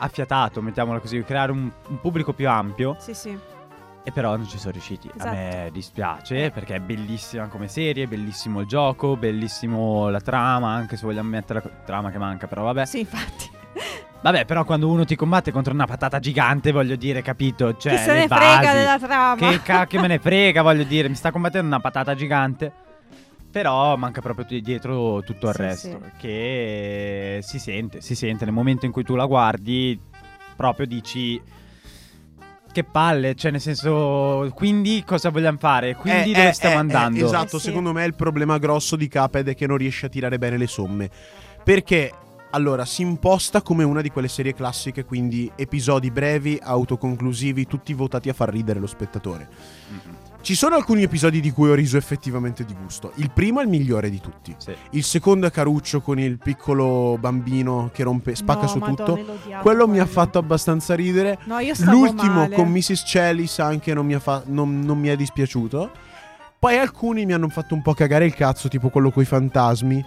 [SPEAKER 3] affiatato, mettiamola così, creare un, un pubblico più ampio,
[SPEAKER 2] Sì, sì.
[SPEAKER 3] e però non ci sono riusciti. A
[SPEAKER 2] Esatto.
[SPEAKER 3] me dispiace perché è bellissima come serie, bellissimo il gioco, bellissimo la trama, anche se vogliamo mettere la co- trama che manca, però vabbè.
[SPEAKER 2] Sì, infatti.
[SPEAKER 3] Vabbè, però quando uno ti combatte contro una patata gigante, voglio dire, capito? Cioè,
[SPEAKER 2] chi se
[SPEAKER 3] le
[SPEAKER 2] ne
[SPEAKER 3] basi.
[SPEAKER 2] frega della trama?
[SPEAKER 3] Che cacchio me ne frega, voglio dire, mi sta combattendo una patata gigante. Però manca proprio tu- dietro tutto il
[SPEAKER 2] Sì,
[SPEAKER 3] resto.
[SPEAKER 2] sì.
[SPEAKER 3] Che si sente, si sente nel momento in cui tu la guardi, proprio dici. Che palle, cioè nel senso, quindi cosa vogliamo fare? Quindi
[SPEAKER 1] Eh,
[SPEAKER 3] dove
[SPEAKER 1] eh,
[SPEAKER 3] stiamo
[SPEAKER 1] eh,
[SPEAKER 3] andando?
[SPEAKER 1] eh, esatto,
[SPEAKER 2] Eh sì.
[SPEAKER 1] secondo me il problema grosso di Caped è che non riesce a tirare bene le somme. Perché allora si imposta come una di quelle serie classiche, quindi episodi brevi, autoconclusivi, tutti votati a far ridere lo spettatore.
[SPEAKER 3] Mhm,
[SPEAKER 1] Ci sono alcuni episodi di cui ho riso effettivamente di gusto. Il primo è il migliore di tutti.
[SPEAKER 3] sì.
[SPEAKER 1] Il secondo è Caruccio con il piccolo bambino che rompe, spacca
[SPEAKER 2] No,
[SPEAKER 1] su
[SPEAKER 2] Madonna,
[SPEAKER 1] tutto.
[SPEAKER 2] l'ho odiato,
[SPEAKER 1] Quello mi ha
[SPEAKER 2] guarda.
[SPEAKER 1] fatto abbastanza ridere.
[SPEAKER 2] No, io stavo
[SPEAKER 1] L'ultimo
[SPEAKER 2] male.
[SPEAKER 1] con Mrs. Celis anche non mi, ha fa- non- non mi è dispiaciuto. Poi alcuni mi hanno fatto un po' cagare il cazzo, tipo quello coi fantasmi.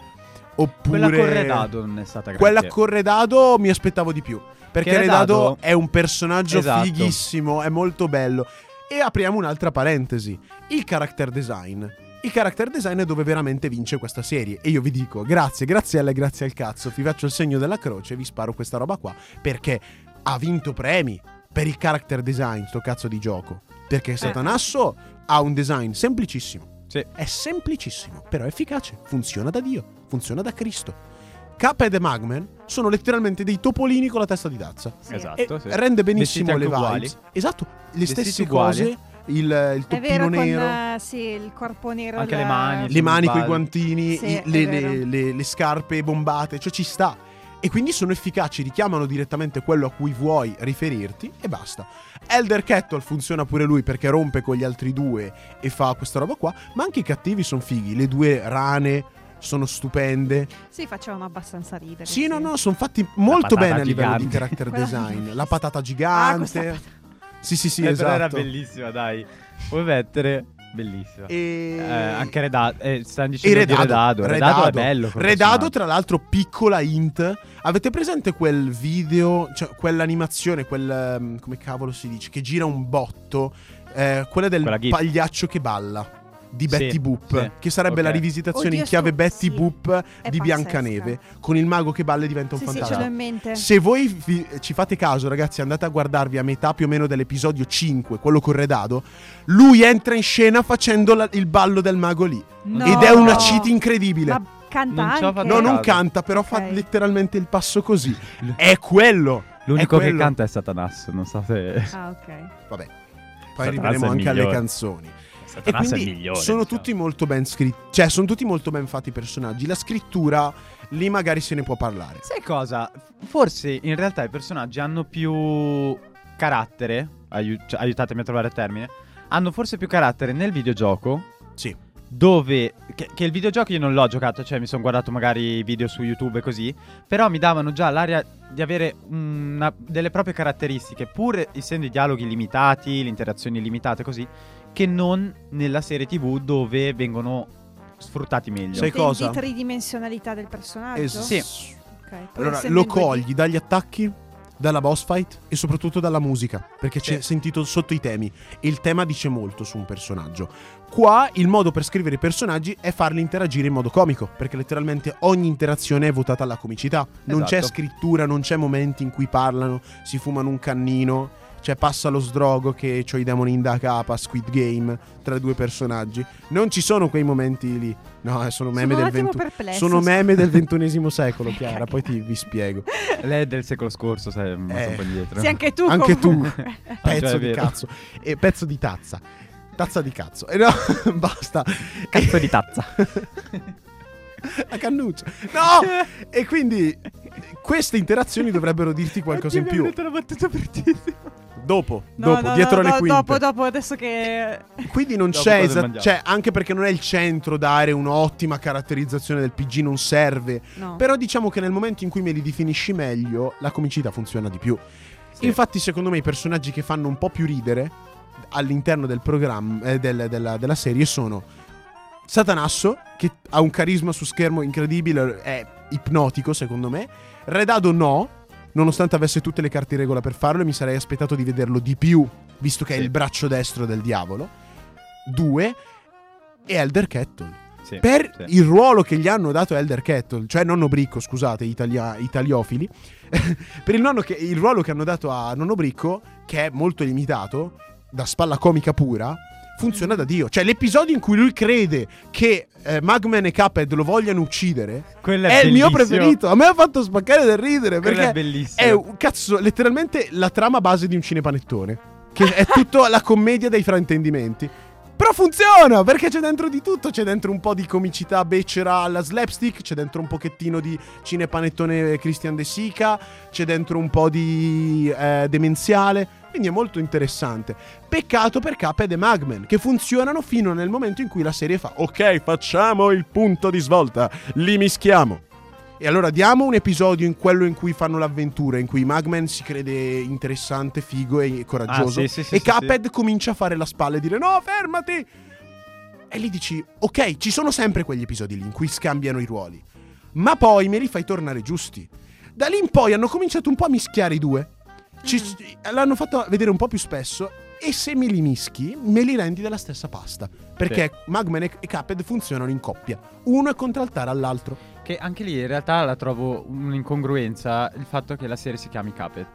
[SPEAKER 1] Oppure.
[SPEAKER 3] Quella con Redado non è stata grande.
[SPEAKER 1] Quella con Redado mi aspettavo di più. Perché
[SPEAKER 3] Che
[SPEAKER 1] Redado,
[SPEAKER 3] Redado-
[SPEAKER 1] è un personaggio
[SPEAKER 3] Esatto.
[SPEAKER 1] fighissimo, è molto bello. E apriamo un'altra parentesi: il character design. Il character design è dove veramente vince questa serie. E io vi dico: grazie, grazie alle, grazie al cazzo. Vi faccio il segno della croce e vi sparo questa roba qua. Perché ha vinto premi per il character design, sto cazzo di gioco.
[SPEAKER 3] Eh.
[SPEAKER 1] Perché Satanasso ha un design semplicissimo.
[SPEAKER 3] Sì.
[SPEAKER 1] È semplicissimo, però efficace. Funziona da Dio, funziona da Cristo. Cuphead e Magman sono letteralmente dei topolini con la testa di tazza.
[SPEAKER 2] Sì.
[SPEAKER 1] E
[SPEAKER 3] Esatto, sì.
[SPEAKER 1] rende benissimo
[SPEAKER 3] Vestiti
[SPEAKER 1] le
[SPEAKER 3] anche
[SPEAKER 1] vibes.
[SPEAKER 3] uguali.
[SPEAKER 1] Esatto, le
[SPEAKER 3] Vestiti
[SPEAKER 1] stesse
[SPEAKER 3] uguali.
[SPEAKER 1] cose, il, il
[SPEAKER 2] È
[SPEAKER 1] toppino
[SPEAKER 2] vero, con
[SPEAKER 1] nero,
[SPEAKER 2] eh, sì, il corpo nero.
[SPEAKER 3] Anche
[SPEAKER 2] la-
[SPEAKER 3] le mani,
[SPEAKER 1] le mani con i
[SPEAKER 3] Vale.
[SPEAKER 1] guantini,
[SPEAKER 2] Sì,
[SPEAKER 1] i-
[SPEAKER 2] è
[SPEAKER 1] le,
[SPEAKER 2] vero.
[SPEAKER 1] le- le- le scarpe bombate, cioè ci sta. E quindi sono efficaci, richiamano direttamente quello a cui vuoi riferirti e basta. Elder Kettle funziona pure lui perché rompe con gli altri due e fa questa roba qua, ma anche i cattivi sono fighi, le due rane sono stupende.
[SPEAKER 2] Sì, facevano abbastanza ridere.
[SPEAKER 1] Sì, no, no, sono fatti molto
[SPEAKER 3] patata
[SPEAKER 1] bene a livello di
[SPEAKER 3] gigante.
[SPEAKER 1] character
[SPEAKER 2] Quella-
[SPEAKER 1] design. La patata
[SPEAKER 2] Ah,
[SPEAKER 1] gigante.
[SPEAKER 2] questa patata.
[SPEAKER 1] Sì, sì, sì,
[SPEAKER 3] Eh, però era
[SPEAKER 1] esatto.
[SPEAKER 3] bellissima, dai. Puoi mettere. Bellissima.
[SPEAKER 1] E...
[SPEAKER 3] Eh, anche Redado. Eh, stanno
[SPEAKER 1] e
[SPEAKER 3] dicendo di
[SPEAKER 1] Redado.
[SPEAKER 3] Redado. Redado. è bello. come
[SPEAKER 1] Redado,
[SPEAKER 3] personaggio.
[SPEAKER 1] tra l'altro, piccola int. Avete presente quel video, cioè quell'animazione, quel. ehm, come cavolo si dice? Che gira un botto. eh, quella del
[SPEAKER 3] Quella gif.
[SPEAKER 1] pagliaccio che balla. Di
[SPEAKER 3] Sì,
[SPEAKER 1] Betty Boop,
[SPEAKER 3] sì.
[SPEAKER 1] che sarebbe la
[SPEAKER 3] Ok.
[SPEAKER 1] rivisitazione
[SPEAKER 2] Oddio,
[SPEAKER 1] in chiave
[SPEAKER 2] sto-
[SPEAKER 1] Betty
[SPEAKER 2] sì.
[SPEAKER 1] Boop
[SPEAKER 2] È
[SPEAKER 1] di
[SPEAKER 2] pazzesca.
[SPEAKER 1] Biancaneve. Con il mago che balla e diventa un
[SPEAKER 2] Sì, sì,
[SPEAKER 1] fantasma.
[SPEAKER 2] ce l'ho in mente.
[SPEAKER 1] Se voi vi- ci fate caso, ragazzi, andate a guardarvi a metà più o meno dell'episodio 5, quello con Redado. Lui entra in scena facendo la- il ballo del mago lì.
[SPEAKER 2] No.
[SPEAKER 1] Ed è una cheat incredibile.
[SPEAKER 2] Ma canta
[SPEAKER 3] Non ci ho
[SPEAKER 2] anche.
[SPEAKER 3] fatto
[SPEAKER 1] No, non
[SPEAKER 3] Caso.
[SPEAKER 1] canta, però
[SPEAKER 2] Ok.
[SPEAKER 1] fa letteralmente il passo così. È quello.
[SPEAKER 3] L'unico
[SPEAKER 1] È
[SPEAKER 3] che
[SPEAKER 1] quello.
[SPEAKER 3] canta è Satanasso. Non so se.
[SPEAKER 2] Ah, ok.
[SPEAKER 1] Vabbè. Poi
[SPEAKER 3] Satanás è
[SPEAKER 1] arriveremo
[SPEAKER 3] il
[SPEAKER 1] anche alle
[SPEAKER 3] migliore.
[SPEAKER 1] canzoni. E
[SPEAKER 4] Satana è il
[SPEAKER 1] quindi
[SPEAKER 4] migliore.
[SPEAKER 3] cioè.
[SPEAKER 1] sono
[SPEAKER 4] diciamo.
[SPEAKER 1] tutti molto ben scritti, cioè sono tutti molto ben fatti i personaggi. La scrittura lì magari se ne può parlare.
[SPEAKER 3] Sai cosa? F- Forse in realtà i personaggi hanno più carattere. aiu- cioè, aiutatemi a trovare il termine. Hanno forse più carattere nel videogioco.
[SPEAKER 1] Sì.
[SPEAKER 3] Dove. Che, che il videogioco io non l'ho giocato, cioè mi sono guardato magari i video su YouTube e così. Però mi davano già l'aria di avere una- delle proprie caratteristiche, pur essendo i dialoghi limitati, le interazioni limitate, così. Che non nella serie TV dove vengono sfruttati meglio.
[SPEAKER 1] Sai cosa?
[SPEAKER 2] Intendi tridimensionalità del personaggio?
[SPEAKER 1] Es-
[SPEAKER 3] Sì.
[SPEAKER 2] Ok, poi
[SPEAKER 1] Allora,
[SPEAKER 2] essendo
[SPEAKER 1] lo
[SPEAKER 2] in 2D
[SPEAKER 1] cogli dagli attacchi, dalla boss fight e soprattutto dalla musica, perché c'è
[SPEAKER 3] Sì.
[SPEAKER 1] sentito sotto i temi. E il tema dice molto su un personaggio. Qua il modo per scrivere i personaggi è farli interagire in modo comico, perché letteralmente ogni interazione è votata alla comicità. Non c'è
[SPEAKER 3] Esatto.
[SPEAKER 1] scrittura, non c'è momenti in cui parlano, si fumano un cannino. Cioè, passa lo sdrogo che c'ho i demoni in da capa, Squid Game, tra i due personaggi. Non ci sono quei momenti lì. No, eh, sono meme
[SPEAKER 2] Sono un
[SPEAKER 1] del
[SPEAKER 2] attimo
[SPEAKER 1] 21
[SPEAKER 2] perplesso,
[SPEAKER 1] sono
[SPEAKER 2] scusa.
[SPEAKER 1] meme del ventunesimo secolo, Chiara, poi ti- vi spiego.
[SPEAKER 3] Lei è del secolo scorso, sai, mi
[SPEAKER 1] Eh.
[SPEAKER 3] sono un po' indietro.
[SPEAKER 2] Sì, anche tu.
[SPEAKER 1] Anche
[SPEAKER 2] comunque.
[SPEAKER 1] Pezzo
[SPEAKER 3] già, Cioè, è
[SPEAKER 1] di
[SPEAKER 3] vero.
[SPEAKER 1] cazzo. E pezzo di tazza. Tazza di cazzo. E no, basta.
[SPEAKER 3] Cazzo di tazza.
[SPEAKER 1] La cannuccia. No! E quindi queste interazioni dovrebbero dirti qualcosa in più.
[SPEAKER 3] una battuta bruttissima.
[SPEAKER 1] Dopo,
[SPEAKER 2] No,
[SPEAKER 1] dopo,
[SPEAKER 2] no,
[SPEAKER 1] dietro
[SPEAKER 2] no,
[SPEAKER 1] le
[SPEAKER 2] no,
[SPEAKER 1] quinte.
[SPEAKER 2] Dopo, dopo, adesso che...
[SPEAKER 1] Quindi non
[SPEAKER 3] Dopo
[SPEAKER 1] c'è,
[SPEAKER 3] cosa
[SPEAKER 1] esa-
[SPEAKER 3] mangiamo.
[SPEAKER 1] cioè, anche perché non è il centro dare un'ottima caratterizzazione del PG, non serve.
[SPEAKER 2] No.
[SPEAKER 1] Però diciamo che nel momento in cui me li definisci meglio, la comicità funziona di più.
[SPEAKER 3] Sì.
[SPEAKER 1] Infatti, secondo me, i personaggi che fanno un po' più ridere all'interno del programma eh, del- della, della serie sono Satanasso, che ha un carisma su schermo incredibile, è ipnotico, secondo me. Redado no, nonostante avesse tutte le carte in regola per farlo, e mi sarei aspettato di vederlo di più, visto che è
[SPEAKER 3] Sì.
[SPEAKER 1] il braccio destro del diavolo. Due, e Elder Kettle
[SPEAKER 3] Sì,
[SPEAKER 1] per
[SPEAKER 3] sì.
[SPEAKER 1] il ruolo che gli hanno dato a Elder Kettle, cioè nonno Bricco, scusate, italia- italiofili, per il, nonno che- il ruolo che hanno dato a nonno Bricco, che è molto limitato, da spalla comica pura, funziona da Dio. Cioè l'episodio in cui lui crede che eh, Magman e Cuphead lo vogliano uccidere
[SPEAKER 3] Quello
[SPEAKER 1] è,
[SPEAKER 3] è,
[SPEAKER 1] il mio
[SPEAKER 3] bellissimo.
[SPEAKER 1] preferito. A me ha fatto spaccare dal ridere
[SPEAKER 3] Quello
[SPEAKER 1] perché
[SPEAKER 3] è bellissimo.
[SPEAKER 1] è un- cazzo, letteralmente la trama base di un cinepanettone. Che è tutta la commedia dei fraintendimenti. Però funziona perché c'è dentro di tutto. C'è dentro un po' di comicità becera alla slapstick. C'è dentro un pochettino di cinepanettone Christian De Sica. C'è dentro un po' di eh, demenziale. Quindi è molto interessante. Peccato per Cuphead e Magman, che funzionano fino nel momento in cui la serie fa Ok, facciamo il punto di svolta, li mischiamo. E allora diamo un episodio in quello in cui fanno l'avventura, in cui Magman si crede interessante, figo e coraggioso.
[SPEAKER 3] Ah, sì, sì, sì,
[SPEAKER 1] e
[SPEAKER 3] sì,
[SPEAKER 1] Cuphead comincia a fare la spalla e dire no, fermati! E lì dici, ok, ci sono sempre quegli episodi lì in cui scambiano i ruoli, ma poi me li fai tornare giusti. Da lì in poi hanno cominciato un po' a mischiare i due.
[SPEAKER 3] Mm.
[SPEAKER 1] Ci- L'hanno fatto vedere un po' più spesso. E se me li mischi, me li rendi della stessa pasta. Perché Magman e e Cuphead funzionano in coppia. Uno è contraltare all'altro.
[SPEAKER 3] Che anche lì in realtà la trovo un'incongruenza il fatto che la serie si chiami Capet.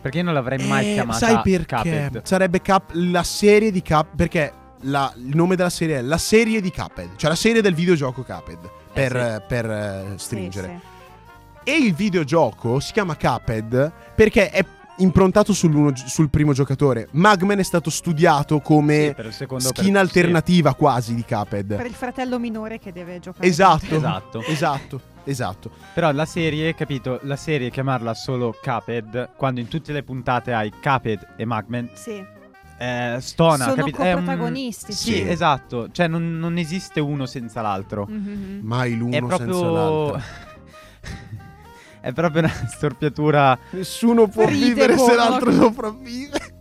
[SPEAKER 3] Perché io non l'avrei mai
[SPEAKER 1] Eh,
[SPEAKER 3] chiamata
[SPEAKER 1] Sai perché?
[SPEAKER 3] Cuphead.
[SPEAKER 1] Sarebbe Cap- la serie di Cap. Perché la- il nome della serie è la serie di Cuphead. Cioè la serie del videogioco Cuphead. Per,
[SPEAKER 3] Eh, sì.
[SPEAKER 1] per, eh, stringere.
[SPEAKER 2] Sì,
[SPEAKER 1] E il videogioco si chiama Cuphead perché è improntato sull'uno- sul primo giocatore. Magman è stato studiato come.
[SPEAKER 3] Sì, per il secondo
[SPEAKER 1] skin
[SPEAKER 3] per-
[SPEAKER 1] alternativa quasi di
[SPEAKER 2] sì.
[SPEAKER 1] Cuphead.
[SPEAKER 2] Per il fratello minore che deve giocare.
[SPEAKER 1] Esatto.
[SPEAKER 3] sì, Esatto.
[SPEAKER 1] Esatto, esatto.
[SPEAKER 3] Però la serie, capito, la serie chiamarla solo Caped, quando in tutte le puntate hai Caped e Magman,
[SPEAKER 2] Sì.
[SPEAKER 3] eh, stona,
[SPEAKER 2] Sono
[SPEAKER 3] capito? È un-
[SPEAKER 2] coprotagonisti,
[SPEAKER 3] Sì,
[SPEAKER 1] sì.
[SPEAKER 3] esatto. Cioè non, non esiste uno senza l'altro.
[SPEAKER 2] Mhm.
[SPEAKER 1] Mai l'uno
[SPEAKER 3] è
[SPEAKER 1] senza
[SPEAKER 3] proprio
[SPEAKER 1] l'altro.
[SPEAKER 3] è proprio una storpiatura
[SPEAKER 1] Nessuno può
[SPEAKER 2] Ride
[SPEAKER 1] vivere
[SPEAKER 2] poco.
[SPEAKER 1] se l'altro sopravvive.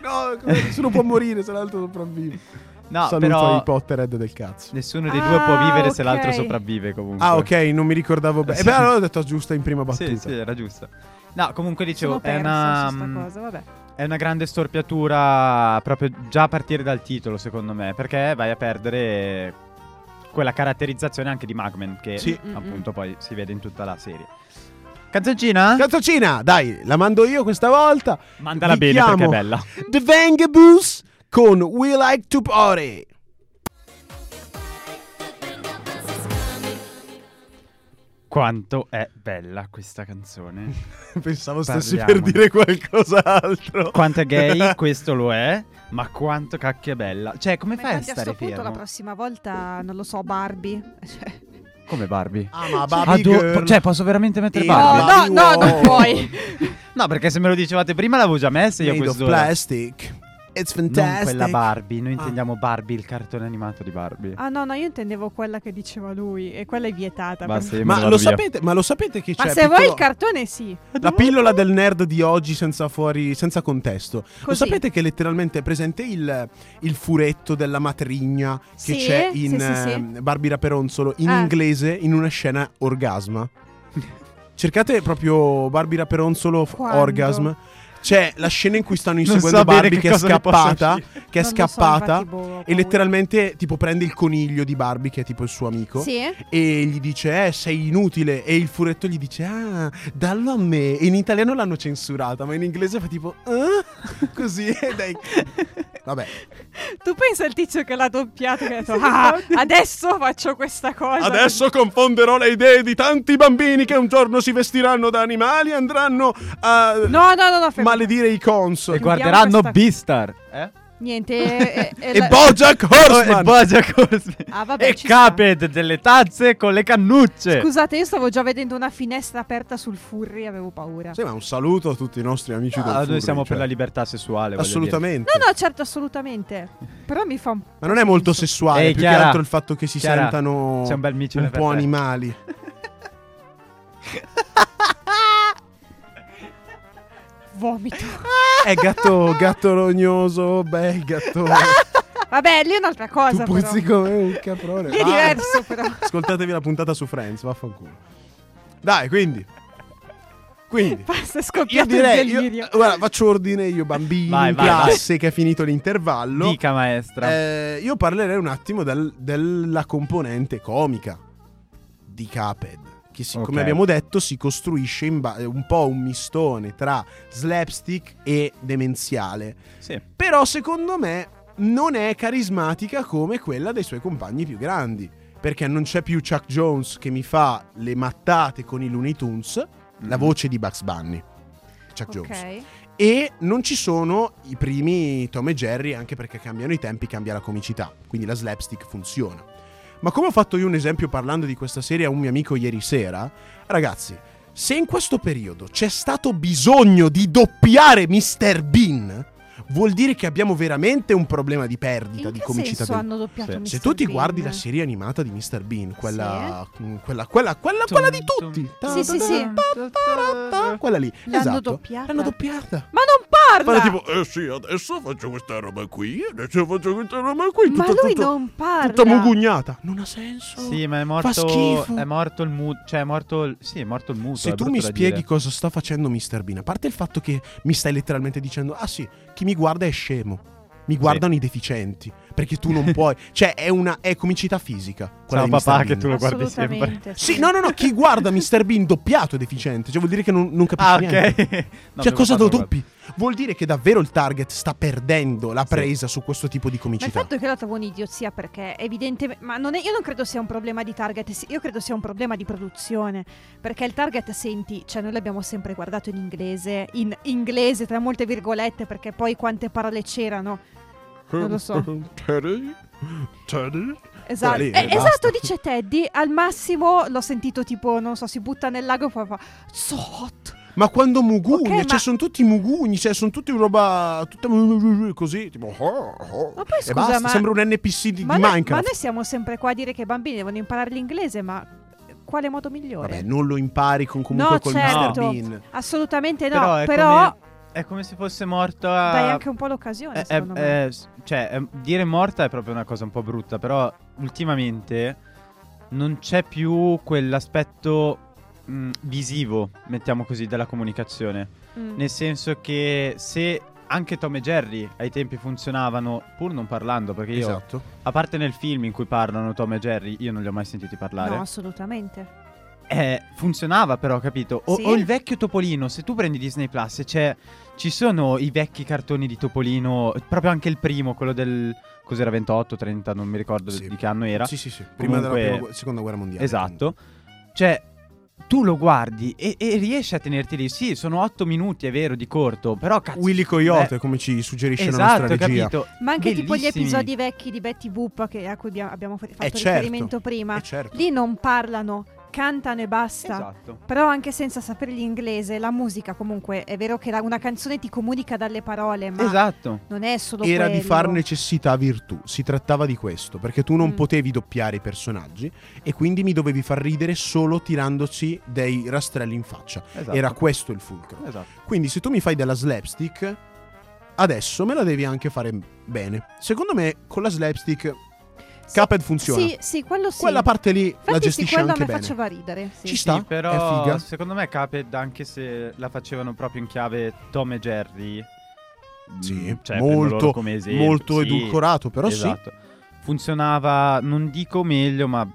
[SPEAKER 1] No, come- nessuno può morire se l'altro sopravvive.
[SPEAKER 3] no
[SPEAKER 1] Saluto
[SPEAKER 3] però
[SPEAKER 1] i Potterhead del cazzo.
[SPEAKER 3] nessuno dei
[SPEAKER 2] Ah,
[SPEAKER 3] due può vivere se
[SPEAKER 2] ok.
[SPEAKER 3] l'altro sopravvive comunque
[SPEAKER 1] Ah, ok, non mi ricordavo bene. E
[SPEAKER 3] Sì.
[SPEAKER 1] beh, allora ho detto giusta in prima battuta.
[SPEAKER 3] sì sì era giusto no comunque dicevo
[SPEAKER 2] Sono
[SPEAKER 3] è
[SPEAKER 2] persa
[SPEAKER 3] una mm,
[SPEAKER 2] su sta cosa, vabbè.
[SPEAKER 3] è una grande storpiatura proprio già a partire dal titolo secondo me perché vai a perdere quella caratterizzazione anche di Magman che
[SPEAKER 1] Sì.
[SPEAKER 3] appunto poi si vede in tutta la serie canzoncina
[SPEAKER 1] Cazzocina, dai, la mando io questa volta.
[SPEAKER 3] mandala
[SPEAKER 1] vi
[SPEAKER 3] bene
[SPEAKER 1] chiamo.
[SPEAKER 3] perché è bella
[SPEAKER 1] The Vangaboos con We Like to Party.
[SPEAKER 3] Quanto è bella questa canzone.
[SPEAKER 1] Pensavo stessi per
[SPEAKER 3] Parliamone.
[SPEAKER 1] dire qualcos'altro.
[SPEAKER 3] Quanto è gay, questo lo è, ma quanto cacchio è bella. Cioè, come
[SPEAKER 2] Ma
[SPEAKER 3] fai a
[SPEAKER 2] infatti a
[SPEAKER 3] stare
[SPEAKER 2] sto punto la
[SPEAKER 3] fermo?
[SPEAKER 2] prossima volta, non lo so, Barbie. Cioè,
[SPEAKER 3] Come Barbie?
[SPEAKER 1] Ah, ma Barbie
[SPEAKER 3] Ado-
[SPEAKER 1] Girl.
[SPEAKER 3] po- cioè, posso veramente mettere
[SPEAKER 1] E
[SPEAKER 3] Barbie?
[SPEAKER 2] No, no,
[SPEAKER 1] Barbie
[SPEAKER 2] no, non
[SPEAKER 1] World.
[SPEAKER 2] puoi.
[SPEAKER 3] No, perché se me lo dicevate prima l'avevo già messa io
[SPEAKER 1] Made of
[SPEAKER 3] quest'ora.
[SPEAKER 1] plastic. It's
[SPEAKER 3] Non
[SPEAKER 1] fantastic.
[SPEAKER 3] quella Barbie, noi
[SPEAKER 1] Ah.
[SPEAKER 3] intendiamo Barbie, il cartone animato di Barbie.
[SPEAKER 2] Ah no, no, io intendevo quella che diceva lui e quella è vietata.
[SPEAKER 3] Basta, io me ne
[SPEAKER 1] Ma
[SPEAKER 3] vado
[SPEAKER 1] lo,
[SPEAKER 3] via.
[SPEAKER 1] sapete, ma lo sapete che c'è?
[SPEAKER 2] Ma se vuoi
[SPEAKER 1] piccolo-
[SPEAKER 2] il cartone sì.
[SPEAKER 1] La pillola del nerd di oggi senza, fuori, senza contesto. Lo
[SPEAKER 2] Così.
[SPEAKER 1] sapete che letteralmente è presente il, il furetto della matrigna che
[SPEAKER 2] Sì,
[SPEAKER 1] c'è in
[SPEAKER 2] sì, sì, sì.
[SPEAKER 1] ehm, Barbie Raperonzolo in
[SPEAKER 2] Ah.
[SPEAKER 1] inglese in una scena orgasma. Cercate proprio Barbie Raperonzolo f-
[SPEAKER 2] Quando?
[SPEAKER 1] orgasm. C'è la scena in cui stanno
[SPEAKER 3] Non
[SPEAKER 1] inseguendo
[SPEAKER 3] so bene
[SPEAKER 1] Barbie
[SPEAKER 3] che
[SPEAKER 1] che, è
[SPEAKER 3] cosa ne possa
[SPEAKER 1] scappata,
[SPEAKER 3] uscire.
[SPEAKER 1] che è
[SPEAKER 2] Non lo so,
[SPEAKER 1] scappata
[SPEAKER 2] infatti, boh, ho
[SPEAKER 1] e
[SPEAKER 2] paura.
[SPEAKER 1] letteralmente tipo prende il coniglio di Barbie che è tipo il suo amico
[SPEAKER 2] Sì.
[SPEAKER 1] e gli dice eh sei inutile e il furetto gli dice ah dallo a me e in italiano l'hanno censurata ma in inglese fa tipo "Ah?" così e dai vabbè
[SPEAKER 2] Tu pensa al tizio che l'ha doppiato che ha detto "Ah, adesso faccio questa cosa.
[SPEAKER 3] Esatto.
[SPEAKER 1] confonderò le idee di tanti bambini che un giorno si vestiranno da animali e andranno a
[SPEAKER 2] No, no, no, no, fermo.
[SPEAKER 1] maledire i cons
[SPEAKER 3] E
[SPEAKER 2] Chiudiamo
[SPEAKER 3] guarderanno
[SPEAKER 2] questa-
[SPEAKER 3] Beastar. Eh? Oh,
[SPEAKER 2] Niente. eh, eh, eh,
[SPEAKER 1] e
[SPEAKER 2] la-
[SPEAKER 1] Bojack
[SPEAKER 3] E
[SPEAKER 1] Horseman
[SPEAKER 3] Bojack Horseman.
[SPEAKER 2] Ah, vabbè,
[SPEAKER 3] e
[SPEAKER 2] ci sta.
[SPEAKER 3] Cuphead delle tazze con le cannucce.
[SPEAKER 2] Scusate, io stavo già vedendo una finestra aperta sul furry, avevo paura.
[SPEAKER 1] sì ma un saluto a tutti i nostri amici
[SPEAKER 3] Ah,
[SPEAKER 1] del
[SPEAKER 3] noi
[SPEAKER 1] furry,
[SPEAKER 3] siamo
[SPEAKER 1] cioè.
[SPEAKER 3] per la libertà sessuale. voglio
[SPEAKER 1] assolutamente
[SPEAKER 2] No, no, certo, assolutamente. Però mi fa un
[SPEAKER 1] ma non è molto sessuale
[SPEAKER 3] Ehi,
[SPEAKER 1] più che
[SPEAKER 3] Chiara,
[SPEAKER 1] altro il fatto che si
[SPEAKER 3] Chiara,
[SPEAKER 1] sentano
[SPEAKER 3] c'è un bel micione
[SPEAKER 1] un
[SPEAKER 3] per
[SPEAKER 1] po'
[SPEAKER 3] te.
[SPEAKER 1] animali
[SPEAKER 2] vomito.
[SPEAKER 1] È gatto, gatto rognoso, bel gattone.
[SPEAKER 2] Vabbè, lì è un'altra cosa
[SPEAKER 1] tu puzzi
[SPEAKER 2] però.
[SPEAKER 1] come un caprone.
[SPEAKER 2] Lì è
[SPEAKER 1] Ah,
[SPEAKER 2] diverso però.
[SPEAKER 1] Ascoltatevi la puntata su Friends, vaffanculo. Dai, quindi. Quindi.
[SPEAKER 2] Basta,
[SPEAKER 1] Io
[SPEAKER 2] è scoppiato
[SPEAKER 1] direi,
[SPEAKER 2] il
[SPEAKER 1] io- Oh,
[SPEAKER 2] delirio.
[SPEAKER 1] guarda, faccio ordine io, bambini,
[SPEAKER 3] Vai, vai,
[SPEAKER 1] classe, che è finito l'intervallo.
[SPEAKER 3] dire. Dica maestra.
[SPEAKER 1] Eh, io parlerei un attimo del- della componente comica di Caped. Che si-
[SPEAKER 3] Ok.
[SPEAKER 1] come abbiamo detto si costruisce in ba- un po' un mistone tra slapstick e demenziale.
[SPEAKER 3] Sì.
[SPEAKER 1] Però secondo me non è carismatica come quella dei suoi compagni più grandi. Perché non c'è più Chuck Jones che mi fa le mattate con i Looney Tunes, la
[SPEAKER 3] Mm.
[SPEAKER 1] voce di Bugs Bunny. Chuck Jones.
[SPEAKER 2] Ok.
[SPEAKER 1] E non ci sono i primi Tom e Jerry, anche perché cambiano i tempi, cambia la comicità. Quindi la slapstick funziona. Ma come ho fatto io un esempio parlando di questa serie a un mio amico ieri sera, ragazzi, se in questo periodo c'è stato bisogno di doppiare Mr. Bean, vuol dire che abbiamo veramente un problema di perdita
[SPEAKER 2] In
[SPEAKER 1] di
[SPEAKER 2] che
[SPEAKER 1] comicità.
[SPEAKER 2] senso
[SPEAKER 1] del-
[SPEAKER 2] hanno doppiato
[SPEAKER 3] Sì.
[SPEAKER 2] Mr.
[SPEAKER 1] Se tu ti
[SPEAKER 2] Bean?
[SPEAKER 1] guardi la serie animata di Mr. Bean, quella, mh, quella, quella, quella,
[SPEAKER 3] Tum,
[SPEAKER 1] quella di
[SPEAKER 3] tum.
[SPEAKER 1] tutti,
[SPEAKER 2] Sì, sì, sì.
[SPEAKER 1] Ta-ta-ta-ta, quella lì,
[SPEAKER 2] L'hanno
[SPEAKER 1] esatto.
[SPEAKER 2] doppiata?
[SPEAKER 1] L'hanno doppiata.
[SPEAKER 2] Ma non parla!
[SPEAKER 1] Parla tipo, eh sì, adesso faccio questa roba qui, adesso faccio questa roba qui.
[SPEAKER 2] Ma
[SPEAKER 1] tutta,
[SPEAKER 2] lui
[SPEAKER 1] tutta-
[SPEAKER 2] non parla.
[SPEAKER 1] Tutta mugugnata. Non ha senso.
[SPEAKER 3] Sì, ma è
[SPEAKER 1] Oh, Fa
[SPEAKER 3] morto.
[SPEAKER 1] schifo.
[SPEAKER 3] È morto il muto. Cioè, è morto. Il, sì, è morto il muto.
[SPEAKER 1] Se
[SPEAKER 3] è
[SPEAKER 1] tu
[SPEAKER 3] brutto
[SPEAKER 1] mi
[SPEAKER 3] da
[SPEAKER 1] spieghi
[SPEAKER 3] dire.
[SPEAKER 1] cosa sta facendo Mr. Bean, a parte il fatto che mi stai letteralmente dicendo, ah sì, chi mi guarda è scemo. Mi guardano i deficienti, perché tu non puoi. Cioè, è una è comicità fisica. quella
[SPEAKER 3] Ciao,
[SPEAKER 1] di
[SPEAKER 3] papà,
[SPEAKER 1] Mr.
[SPEAKER 3] che
[SPEAKER 1] Bean.
[SPEAKER 3] tu lo guardi sempre.
[SPEAKER 2] Assolutamente.
[SPEAKER 1] Sì, no, no, no, chi guarda Mr. Bean doppiato è deficiente. Cioè, vuol dire che non, non capisce
[SPEAKER 3] Ah, ok.
[SPEAKER 1] niente.
[SPEAKER 3] No,
[SPEAKER 1] cioè,
[SPEAKER 3] mio
[SPEAKER 1] cosa
[SPEAKER 3] papà
[SPEAKER 1] lo
[SPEAKER 3] lo guarda.
[SPEAKER 1] doppi? Vuol dire che davvero il target sta perdendo la
[SPEAKER 3] Sì.
[SPEAKER 1] presa su questo tipo di
[SPEAKER 2] Ma il
[SPEAKER 1] comicità.
[SPEAKER 2] fatto è che la trovo un'idiozia perché evidentemente... Ma non è- io non credo sia un problema di target, sì, io credo sia un problema di produzione. Perché il target, senti, cioè noi l'abbiamo sempre guardato in inglese, in inglese tra molte virgolette perché poi quante parole c'erano. Non lo so.
[SPEAKER 1] Teddy? Teddy?
[SPEAKER 2] Esatto,
[SPEAKER 1] Lì,
[SPEAKER 2] Eh,
[SPEAKER 1] basta.
[SPEAKER 2] esatto, dice Teddy, al massimo l'ho sentito tipo, non so, si butta nel lago e poi fa... So hot!
[SPEAKER 1] Ma quando mugugni,
[SPEAKER 2] Ok,
[SPEAKER 1] cioè
[SPEAKER 2] ma-
[SPEAKER 1] sono tutti mugugni, cioè sono tutti roba tutta così, tipo "Oh, oh",
[SPEAKER 2] Ma poi,
[SPEAKER 1] e
[SPEAKER 2] scusa,
[SPEAKER 1] basta,
[SPEAKER 2] ma-
[SPEAKER 1] sembra un NPC di, di
[SPEAKER 2] Ma noi, ma
[SPEAKER 1] Minecraft.
[SPEAKER 2] noi siamo sempre qua a dire che i bambini devono imparare l'inglese, ma quale modo migliore?
[SPEAKER 1] Vabbè, non lo impari con comunque
[SPEAKER 2] No,
[SPEAKER 1] col
[SPEAKER 2] certo.
[SPEAKER 1] Mr. Bean.
[SPEAKER 2] Assolutamente no,
[SPEAKER 3] Però
[SPEAKER 2] però,
[SPEAKER 3] è come- È come se fosse morto.
[SPEAKER 2] dai
[SPEAKER 1] Ah,
[SPEAKER 2] anche un po' l'occasione,
[SPEAKER 3] Eh,
[SPEAKER 2] secondo
[SPEAKER 3] eh,
[SPEAKER 2] me.
[SPEAKER 3] eh, s- cioè, eh, dire morta è proprio una cosa un po' brutta, però ultimamente non c'è più quell'aspetto mh, visivo, mettiamo così, della comunicazione.
[SPEAKER 2] Mm.
[SPEAKER 3] Nel senso che se anche Tom e Jerry ai tempi funzionavano, pur non parlando, perché io,
[SPEAKER 1] Esatto.
[SPEAKER 3] a parte nel film in cui parlano Tom e Jerry, io non li ho mai sentiti parlare.
[SPEAKER 2] No, assolutamente.
[SPEAKER 3] Eh, funzionava però, capito? O,
[SPEAKER 2] Sì.
[SPEAKER 3] o il vecchio Topolino, se tu prendi Disney Plus, c'è, ci sono i vecchi cartoni di Topolino, proprio anche il primo, quello del... Cos'era 28, 30, non mi ricordo
[SPEAKER 1] Sì.
[SPEAKER 3] di che anno era.
[SPEAKER 1] Sì, sì, sì. Prima della
[SPEAKER 3] Comunque-
[SPEAKER 1] prima gu- seconda guerra mondiale.
[SPEAKER 3] esatto. Cioè, tu lo guardi e, e riesci a tenerti lì. Sì, sono 8 minuti, è vero, di corto, però cazzo.
[SPEAKER 1] Willy Coyote,
[SPEAKER 3] beh,
[SPEAKER 1] come ci suggerisce la
[SPEAKER 3] esatto,
[SPEAKER 1] nostra regia.
[SPEAKER 3] capito.
[SPEAKER 2] Ma anche tipo gli
[SPEAKER 3] Bellissimi.
[SPEAKER 2] episodi vecchi di Betty Boop che- a cui abbia- abbiamo fa- fatto
[SPEAKER 1] certo.
[SPEAKER 2] riferimento prima.
[SPEAKER 1] Eh, certo.
[SPEAKER 2] Lì non parlano, cantano e basta.
[SPEAKER 3] Esatto.
[SPEAKER 2] Però anche senza sapere l'inglese, la musica comunque è vero che la- una canzone ti comunica dalle parole, ma
[SPEAKER 3] Esatto.
[SPEAKER 2] non è solo
[SPEAKER 1] Era
[SPEAKER 2] quello.
[SPEAKER 1] di far necessità virtù, si trattava di questo, perché tu non
[SPEAKER 2] Mm.
[SPEAKER 1] potevi doppiare i personaggi e quindi mi dovevi far ridere solo tirandoci dei rastrelli in faccia.
[SPEAKER 3] esatto.
[SPEAKER 1] Era questo il fulcro.
[SPEAKER 3] Esatto.
[SPEAKER 1] Quindi se tu mi fai della slapstick, adesso me la devi anche fare bene. Secondo me con la slapstick
[SPEAKER 2] Sì,
[SPEAKER 1] Cuphead funziona.
[SPEAKER 2] Sì, sì, quello sì.
[SPEAKER 1] Quella parte lì la
[SPEAKER 2] Infatti sì,
[SPEAKER 1] gestisce
[SPEAKER 2] quello a
[SPEAKER 1] anche
[SPEAKER 2] me
[SPEAKER 1] bene.
[SPEAKER 2] faceva ridere. sì.
[SPEAKER 1] Ci sta,
[SPEAKER 3] Sì, però
[SPEAKER 1] è figa.
[SPEAKER 3] secondo me Caped, anche se la facevano proprio in chiave Tom e Jerry,
[SPEAKER 1] Sì,
[SPEAKER 3] mm, cioè,
[SPEAKER 1] molto-
[SPEAKER 3] prendo loro come esempio,
[SPEAKER 1] Molto
[SPEAKER 3] sì,
[SPEAKER 1] edulcorato, però sì.
[SPEAKER 3] esatto. Funzionava, non dico meglio, ma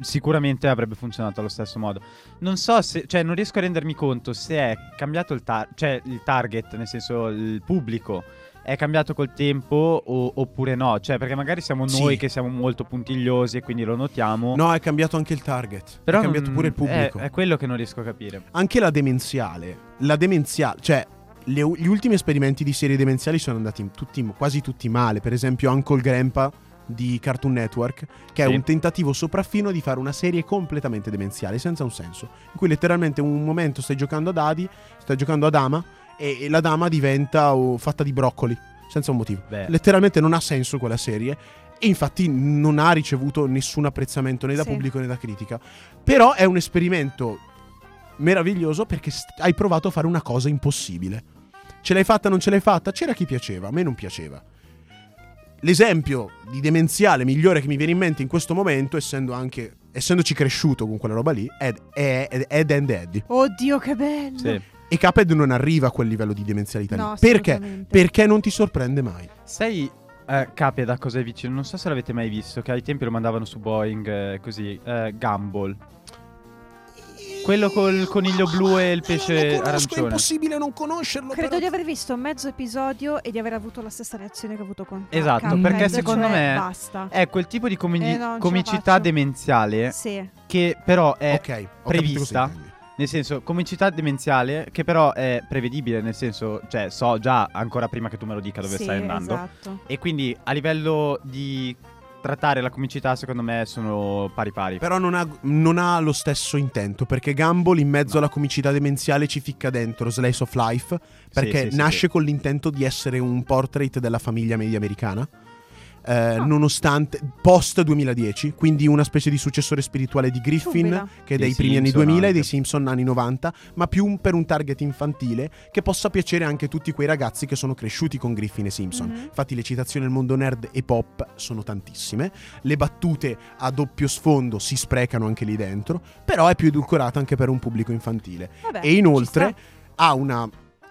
[SPEAKER 3] sicuramente avrebbe funzionato allo stesso modo. Non so se, cioè, non riesco a rendermi conto se è cambiato il, tar- cioè, il target, nel senso il pubblico. È cambiato col tempo o- oppure no? Cioè, perché magari siamo
[SPEAKER 1] Sì.
[SPEAKER 3] noi che siamo molto puntigliosi e quindi lo notiamo.
[SPEAKER 1] No, è cambiato anche il target.
[SPEAKER 3] però mm,
[SPEAKER 1] è cambiato
[SPEAKER 3] non- eh,
[SPEAKER 1] pure il pubblico.
[SPEAKER 3] È, è quello che non riesco a capire.
[SPEAKER 1] Anche la demenziale. La demenziale, cioè le u- gli ultimi esperimenti di serie demenziali sono andati in- tutti, quasi tutti male. Per esempio Uncle Grandpa di Cartoon Network, che è
[SPEAKER 3] Sì.
[SPEAKER 1] un tentativo sopraffino di fare una serie completamente demenziale, senza un senso. In cui letteralmente un momento stai giocando a dadi, stai giocando a dama, e, e la dama diventa oh, fatta di broccoli, senza un motivo.
[SPEAKER 3] Beh,
[SPEAKER 1] Letteralmente non ha senso quella serie. E infatti non ha ricevuto nessun apprezzamento né da
[SPEAKER 2] Sì.
[SPEAKER 1] pubblico né da critica. Però è un esperimento meraviglioso perché st- hai provato a fare una cosa impossibile. Ce l'hai fatta, non ce l'hai fatta? C'era chi piaceva, a me non piaceva. L'esempio di demenziale migliore che mi viene in mente in questo momento, essendo anche, essendoci cresciuto con quella roba lì, è, è, è Ed and Eddie.
[SPEAKER 2] Oddio, che bello.
[SPEAKER 3] sì.
[SPEAKER 1] E Caped non arriva a quel livello di demenzialità lì.
[SPEAKER 2] No,
[SPEAKER 1] Perché?
[SPEAKER 2] assolutamente.
[SPEAKER 1] Perché non ti sorprende mai.
[SPEAKER 3] Sai, eh, Cape, da cosa è vicino? Non so se l'avete mai visto, che ai tempi lo mandavano su Boeing, eh, così, eh, Gumball. Quello col coniglio blu e il pesce
[SPEAKER 1] Non lo Eh, conosco,
[SPEAKER 3] arancione.
[SPEAKER 1] È impossibile non conoscerlo.
[SPEAKER 2] Credo
[SPEAKER 1] però-
[SPEAKER 2] di aver visto mezzo episodio e di aver avuto la stessa reazione che ho avuto con
[SPEAKER 3] Esatto,
[SPEAKER 2] Cuphead,
[SPEAKER 3] perché secondo
[SPEAKER 2] cioè,
[SPEAKER 3] me-
[SPEAKER 2] basta.
[SPEAKER 3] È quel tipo di comi-
[SPEAKER 2] Eh, non ce la
[SPEAKER 3] comicità
[SPEAKER 2] faccio.
[SPEAKER 1] Eh,
[SPEAKER 3] demenziale
[SPEAKER 2] Sì.
[SPEAKER 3] che però è...
[SPEAKER 1] Ok, ho capito
[SPEAKER 3] prevista.
[SPEAKER 1] cosa intendi.
[SPEAKER 3] Nel senso, comicità demenziale che però è prevedibile, nel senso, cioè, so già ancora prima che tu me lo dica dove
[SPEAKER 2] sì,
[SPEAKER 3] stai andando.
[SPEAKER 2] Esatto.
[SPEAKER 3] E quindi a livello di trattare la comicità, secondo me, sono pari pari.
[SPEAKER 1] Però non ha, non ha lo stesso intento perché Gumball in mezzo alla comicità demenziale ci ficca dentro Slice of Life perché
[SPEAKER 3] sì, sì,
[SPEAKER 1] nasce
[SPEAKER 3] sì.
[SPEAKER 1] con l'intento di essere un portrait della famiglia media americana. eh,
[SPEAKER 2] Ah.
[SPEAKER 1] Nonostante post 2010, quindi una specie di successore spirituale di Griffin,
[SPEAKER 2] Subito.
[SPEAKER 1] che è dei,
[SPEAKER 3] Dei
[SPEAKER 1] primi anni
[SPEAKER 3] Simpson
[SPEAKER 1] 2000 e dei
[SPEAKER 3] anche.
[SPEAKER 1] Simpson anni 90, ma più un- per un target infantile che possa piacere anche a tutti quei ragazzi che sono cresciuti con Griffin e Simpson.
[SPEAKER 2] Mhm.
[SPEAKER 1] Infatti le citazioni al mondo nerd e pop sono tantissime, le battute a doppio sfondo si sprecano anche lì dentro, però è più edulcorata anche per un pubblico infantile.
[SPEAKER 2] Vabbè,
[SPEAKER 1] e inoltre
[SPEAKER 2] ci sta.
[SPEAKER 1] ha una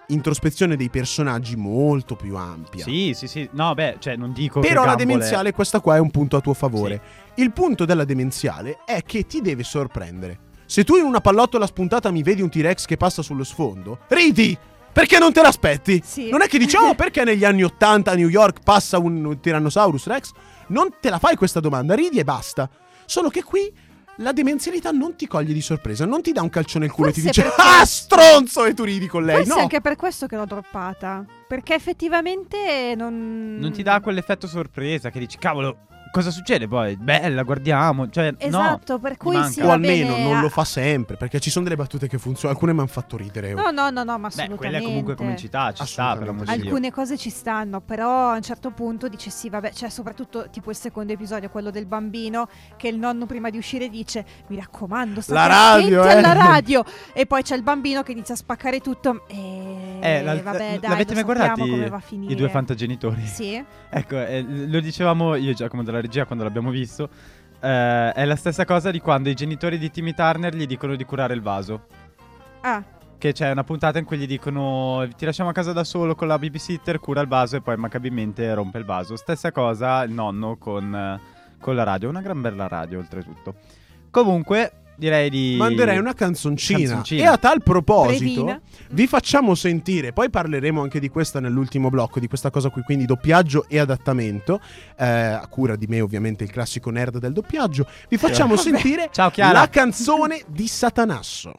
[SPEAKER 1] introspezione dei personaggi molto più ampia.
[SPEAKER 3] Sì, sì, sì. No, beh, cioè, non dico che
[SPEAKER 1] Però la
[SPEAKER 3] Gumball è-
[SPEAKER 1] demenziale, questa qua è un punto a tuo favore. Il punto della demenziale è che ti deve sorprendere. Se tu in una pallottola spuntata mi vedi un T-Rex che passa sullo sfondo, ridi! Perché non te l'aspetti?
[SPEAKER 2] Sì.
[SPEAKER 1] Non è che diciamo perché negli anni 80 a New York passa un Tyrannosaurus Rex? Non te la fai questa domanda, ridi e basta. Solo che qui la demenzialità non ti coglie di sorpresa, non ti dà un calcio nel culo e ti
[SPEAKER 2] Forse
[SPEAKER 1] dice
[SPEAKER 2] perché-
[SPEAKER 1] "Ah, stronzo!" e tu ridi con lei.
[SPEAKER 2] Forse
[SPEAKER 1] No.
[SPEAKER 2] è anche per questo che l'ho droppata. Perché effettivamente non.
[SPEAKER 3] Non ti dà quell'effetto sorpresa che dici, cavolo, cosa succede poi? Bella, guardiamo. Cioè, no.
[SPEAKER 2] Esatto, per cui
[SPEAKER 3] manca.
[SPEAKER 2] sì.
[SPEAKER 1] O
[SPEAKER 2] va
[SPEAKER 1] almeno
[SPEAKER 2] bene,
[SPEAKER 1] non
[SPEAKER 2] ah.
[SPEAKER 1] lo fa sempre, perché ci sono delle battute che funzionano, alcune mi hanno fatto ridere. oh.
[SPEAKER 2] No, no, no, no, ma
[SPEAKER 3] Beh,
[SPEAKER 2] assolutamente.
[SPEAKER 3] quella comunque comicità ci sta, per l'amor di Dio.
[SPEAKER 2] Alcune cose ci stanno, però a un certo punto dici sì, vabbè, cioè soprattutto tipo il secondo episodio, quello del bambino che il nonno prima di uscire dice "Mi raccomando, state
[SPEAKER 1] La radio,
[SPEAKER 2] attenti
[SPEAKER 1] eh."
[SPEAKER 2] alla radio". E poi c'è il bambino che inizia a spaccare tutto e
[SPEAKER 3] Eh, la-
[SPEAKER 2] vabbè,
[SPEAKER 3] la-
[SPEAKER 2] dai, lo
[SPEAKER 3] l'avete mai
[SPEAKER 2] sappiamo
[SPEAKER 3] guardati
[SPEAKER 2] come va a finire.
[SPEAKER 3] I due fantagenitori.
[SPEAKER 2] Sì.
[SPEAKER 3] Ecco, eh, lo dicevamo io e Giacomo della regia quando l'abbiamo visto. eh, è la stessa cosa di quando i genitori di Timmy Turner gli dicono di curare il vaso.
[SPEAKER 2] Ah,
[SPEAKER 3] Che c'è una puntata in cui gli dicono ti lasciamo a casa da solo con la babysitter, cura il vaso e poi macabimente rompe il vaso. Stessa cosa il nonno con, eh, con la radio, una gran bella radio oltretutto. Comunque, direi di...
[SPEAKER 1] Manderei una canzoncina.
[SPEAKER 3] Canzoncina.
[SPEAKER 1] E a tal proposito,
[SPEAKER 2] Brevina.
[SPEAKER 1] vi facciamo sentire, poi parleremo anche di questa nell'ultimo blocco, di questa cosa qui, quindi doppiaggio e adattamento, eh, a cura di me ovviamente il classico nerd del doppiaggio, vi facciamo
[SPEAKER 2] Vabbè. Cioè,
[SPEAKER 1] sentire
[SPEAKER 3] Ciao Chiara.
[SPEAKER 1] la canzone di Satanasso.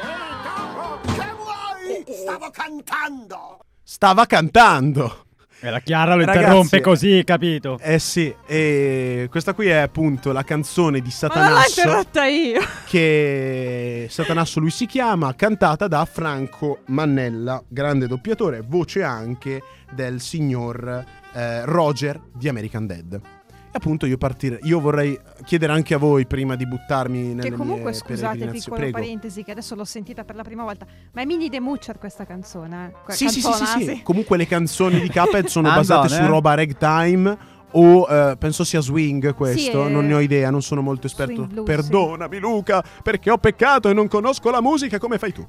[SPEAKER 4] Che vuoi? Stavo cantando!
[SPEAKER 1] Stava cantando.
[SPEAKER 3] E la Chiara lo
[SPEAKER 1] Ragazzi-
[SPEAKER 3] interrompe così, capito?
[SPEAKER 1] Eh sì, e questa qui è appunto la canzone di
[SPEAKER 2] Ma non l'ho
[SPEAKER 1] Satanasso
[SPEAKER 2] interrotta io.
[SPEAKER 1] che Satanasso lui si chiama, cantata da Franco Mannella, grande doppiatore, voce anche del signor eh, Roger di American Dead. E appunto io partire, io vorrei chiedere anche a voi prima di buttarmi nelle
[SPEAKER 2] Che comunque,
[SPEAKER 1] mie
[SPEAKER 2] scusate,
[SPEAKER 1] peregrinazioni,
[SPEAKER 2] piccola
[SPEAKER 1] prego.
[SPEAKER 2] parentesi, che adesso l'ho sentita per la prima volta. Ma è Mini De Muccer questa canzone? eh? Que-
[SPEAKER 1] Sì, sì, sì, sì,
[SPEAKER 2] cantona,
[SPEAKER 1] sì. Comunque le canzoni di Cuphead sono basate
[SPEAKER 3] Andone,
[SPEAKER 1] su
[SPEAKER 3] eh?
[SPEAKER 1] roba ragtime o eh, penso sia swing questo,
[SPEAKER 2] Sì, eh,
[SPEAKER 1] non ne ho idea, non sono molto esperto.
[SPEAKER 2] swing blues,
[SPEAKER 1] Perdonami Luca, perché ho peccato e non conosco la musica come fai tu.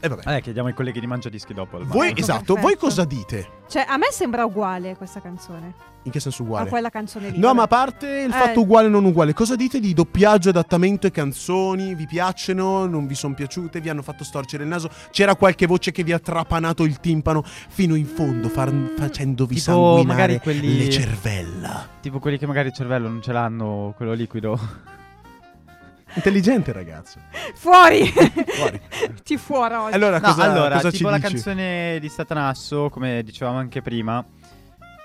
[SPEAKER 1] E vabbè.
[SPEAKER 3] Eh, chiediamo ai colleghi di Mangiadischi dopo. ormai.
[SPEAKER 1] Voi,
[SPEAKER 2] ecco,
[SPEAKER 1] esatto,
[SPEAKER 2] perfetto.
[SPEAKER 1] voi cosa dite?
[SPEAKER 2] Cioè, a me sembra uguale questa canzone.
[SPEAKER 1] In che senso
[SPEAKER 2] A
[SPEAKER 1] uguale?
[SPEAKER 2] quella canzone lì.
[SPEAKER 1] No,
[SPEAKER 2] vabbè.
[SPEAKER 1] ma a parte il
[SPEAKER 2] Eh.
[SPEAKER 1] fatto uguale o non uguale, cosa dite di doppiaggio, adattamento e canzoni? Vi piacciono? Non vi sono piaciute? Vi hanno fatto storcere il naso? C'era qualche voce che vi ha trapanato il timpano fino in fondo, far- facendovi
[SPEAKER 3] Tipo, magari
[SPEAKER 1] sanguinare
[SPEAKER 3] quelli-
[SPEAKER 1] le cervella?
[SPEAKER 3] Tipo quelli che magari il cervello non ce l'hanno, quello liquido.
[SPEAKER 1] Intelligente, ragazzo.
[SPEAKER 2] Fuori!
[SPEAKER 1] Fuori.
[SPEAKER 2] Ti fuora oggi.
[SPEAKER 1] Allora,
[SPEAKER 3] No,
[SPEAKER 1] cosa,
[SPEAKER 3] allora,
[SPEAKER 1] cosa ci
[SPEAKER 3] tipo la
[SPEAKER 1] dici?
[SPEAKER 3] canzone di Satanasso, come dicevamo anche prima,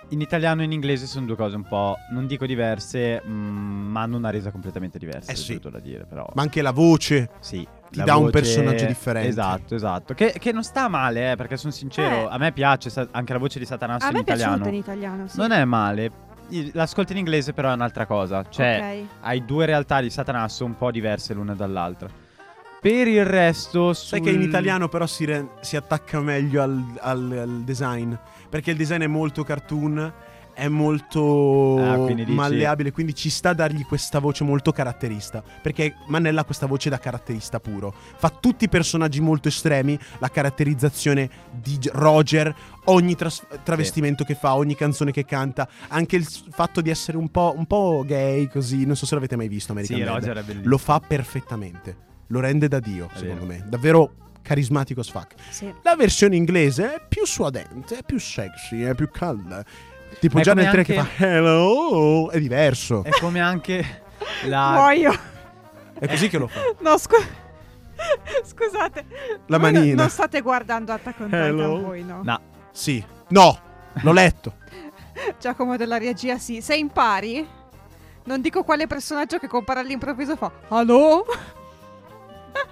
[SPEAKER 3] in italiano e in inglese sono due cose un po', non dico diverse, mh, ma hanno una resa completamente diversa,
[SPEAKER 1] Eh
[SPEAKER 3] è
[SPEAKER 1] sì.
[SPEAKER 3] tutto da dire, però.
[SPEAKER 1] Ma anche la voce.
[SPEAKER 3] sì,
[SPEAKER 1] ti
[SPEAKER 3] la
[SPEAKER 1] dà un
[SPEAKER 3] voce-
[SPEAKER 1] personaggio differente.
[SPEAKER 3] Esatto, esatto. Che, che non sta male, eh, perché sono sincero,
[SPEAKER 2] Eh.
[SPEAKER 3] a me piace sa- anche la voce di Satanasso
[SPEAKER 2] a
[SPEAKER 3] in
[SPEAKER 2] me è
[SPEAKER 3] italiano.
[SPEAKER 2] piaciuta in italiano, sì.
[SPEAKER 3] Non è male. I- L'ascolto in inglese però è un'altra cosa, cioè
[SPEAKER 2] Ok.
[SPEAKER 3] hai due realtà di Satanasso un po' diverse l'una dall'altra. Per il resto...
[SPEAKER 1] Sai
[SPEAKER 3] sul-
[SPEAKER 1] che in italiano però si, re- si attacca meglio al, al- al design. Perché il design è molto cartoon, è molto
[SPEAKER 3] Ah, quindi dici-
[SPEAKER 1] malleabile, quindi ci sta a dargli questa voce molto caratterista. Perché Mannella ha questa voce da caratterista puro. Fa tutti i personaggi molto estremi, la caratterizzazione di G- Roger, ogni tras- travestimento che fa, ogni canzone che canta, anche il s- fatto di essere un po', un po' gay così. Non so se l'avete mai visto American
[SPEAKER 3] Sì,
[SPEAKER 1] Dad.
[SPEAKER 3] Roger è bellissimo.
[SPEAKER 1] lo fa perfettamente. Lo rende da Dio,
[SPEAKER 3] È
[SPEAKER 1] secondo me. Davvero carismatico as fuck.
[SPEAKER 2] Sì.
[SPEAKER 1] La versione inglese è più suadente, è più sexy, è più calda. Tipo
[SPEAKER 3] Ma è
[SPEAKER 1] già
[SPEAKER 3] come
[SPEAKER 1] nel tre che
[SPEAKER 3] anche- Eh.
[SPEAKER 1] fa hello, è diverso.
[SPEAKER 3] È come anche la...
[SPEAKER 2] Muoio.
[SPEAKER 1] È così che lo fa.
[SPEAKER 2] No, scu- scusate.
[SPEAKER 1] La
[SPEAKER 2] Voi no-
[SPEAKER 1] manina.
[SPEAKER 2] Non state guardando Attack on
[SPEAKER 1] Hello.
[SPEAKER 2] Titan voi, no?
[SPEAKER 3] No.
[SPEAKER 1] Sì. No, l'ho letto.
[SPEAKER 2] Giacomo della regia, sì. Sei in pari? Non dico quale personaggio che compare all'improvviso fa Allo?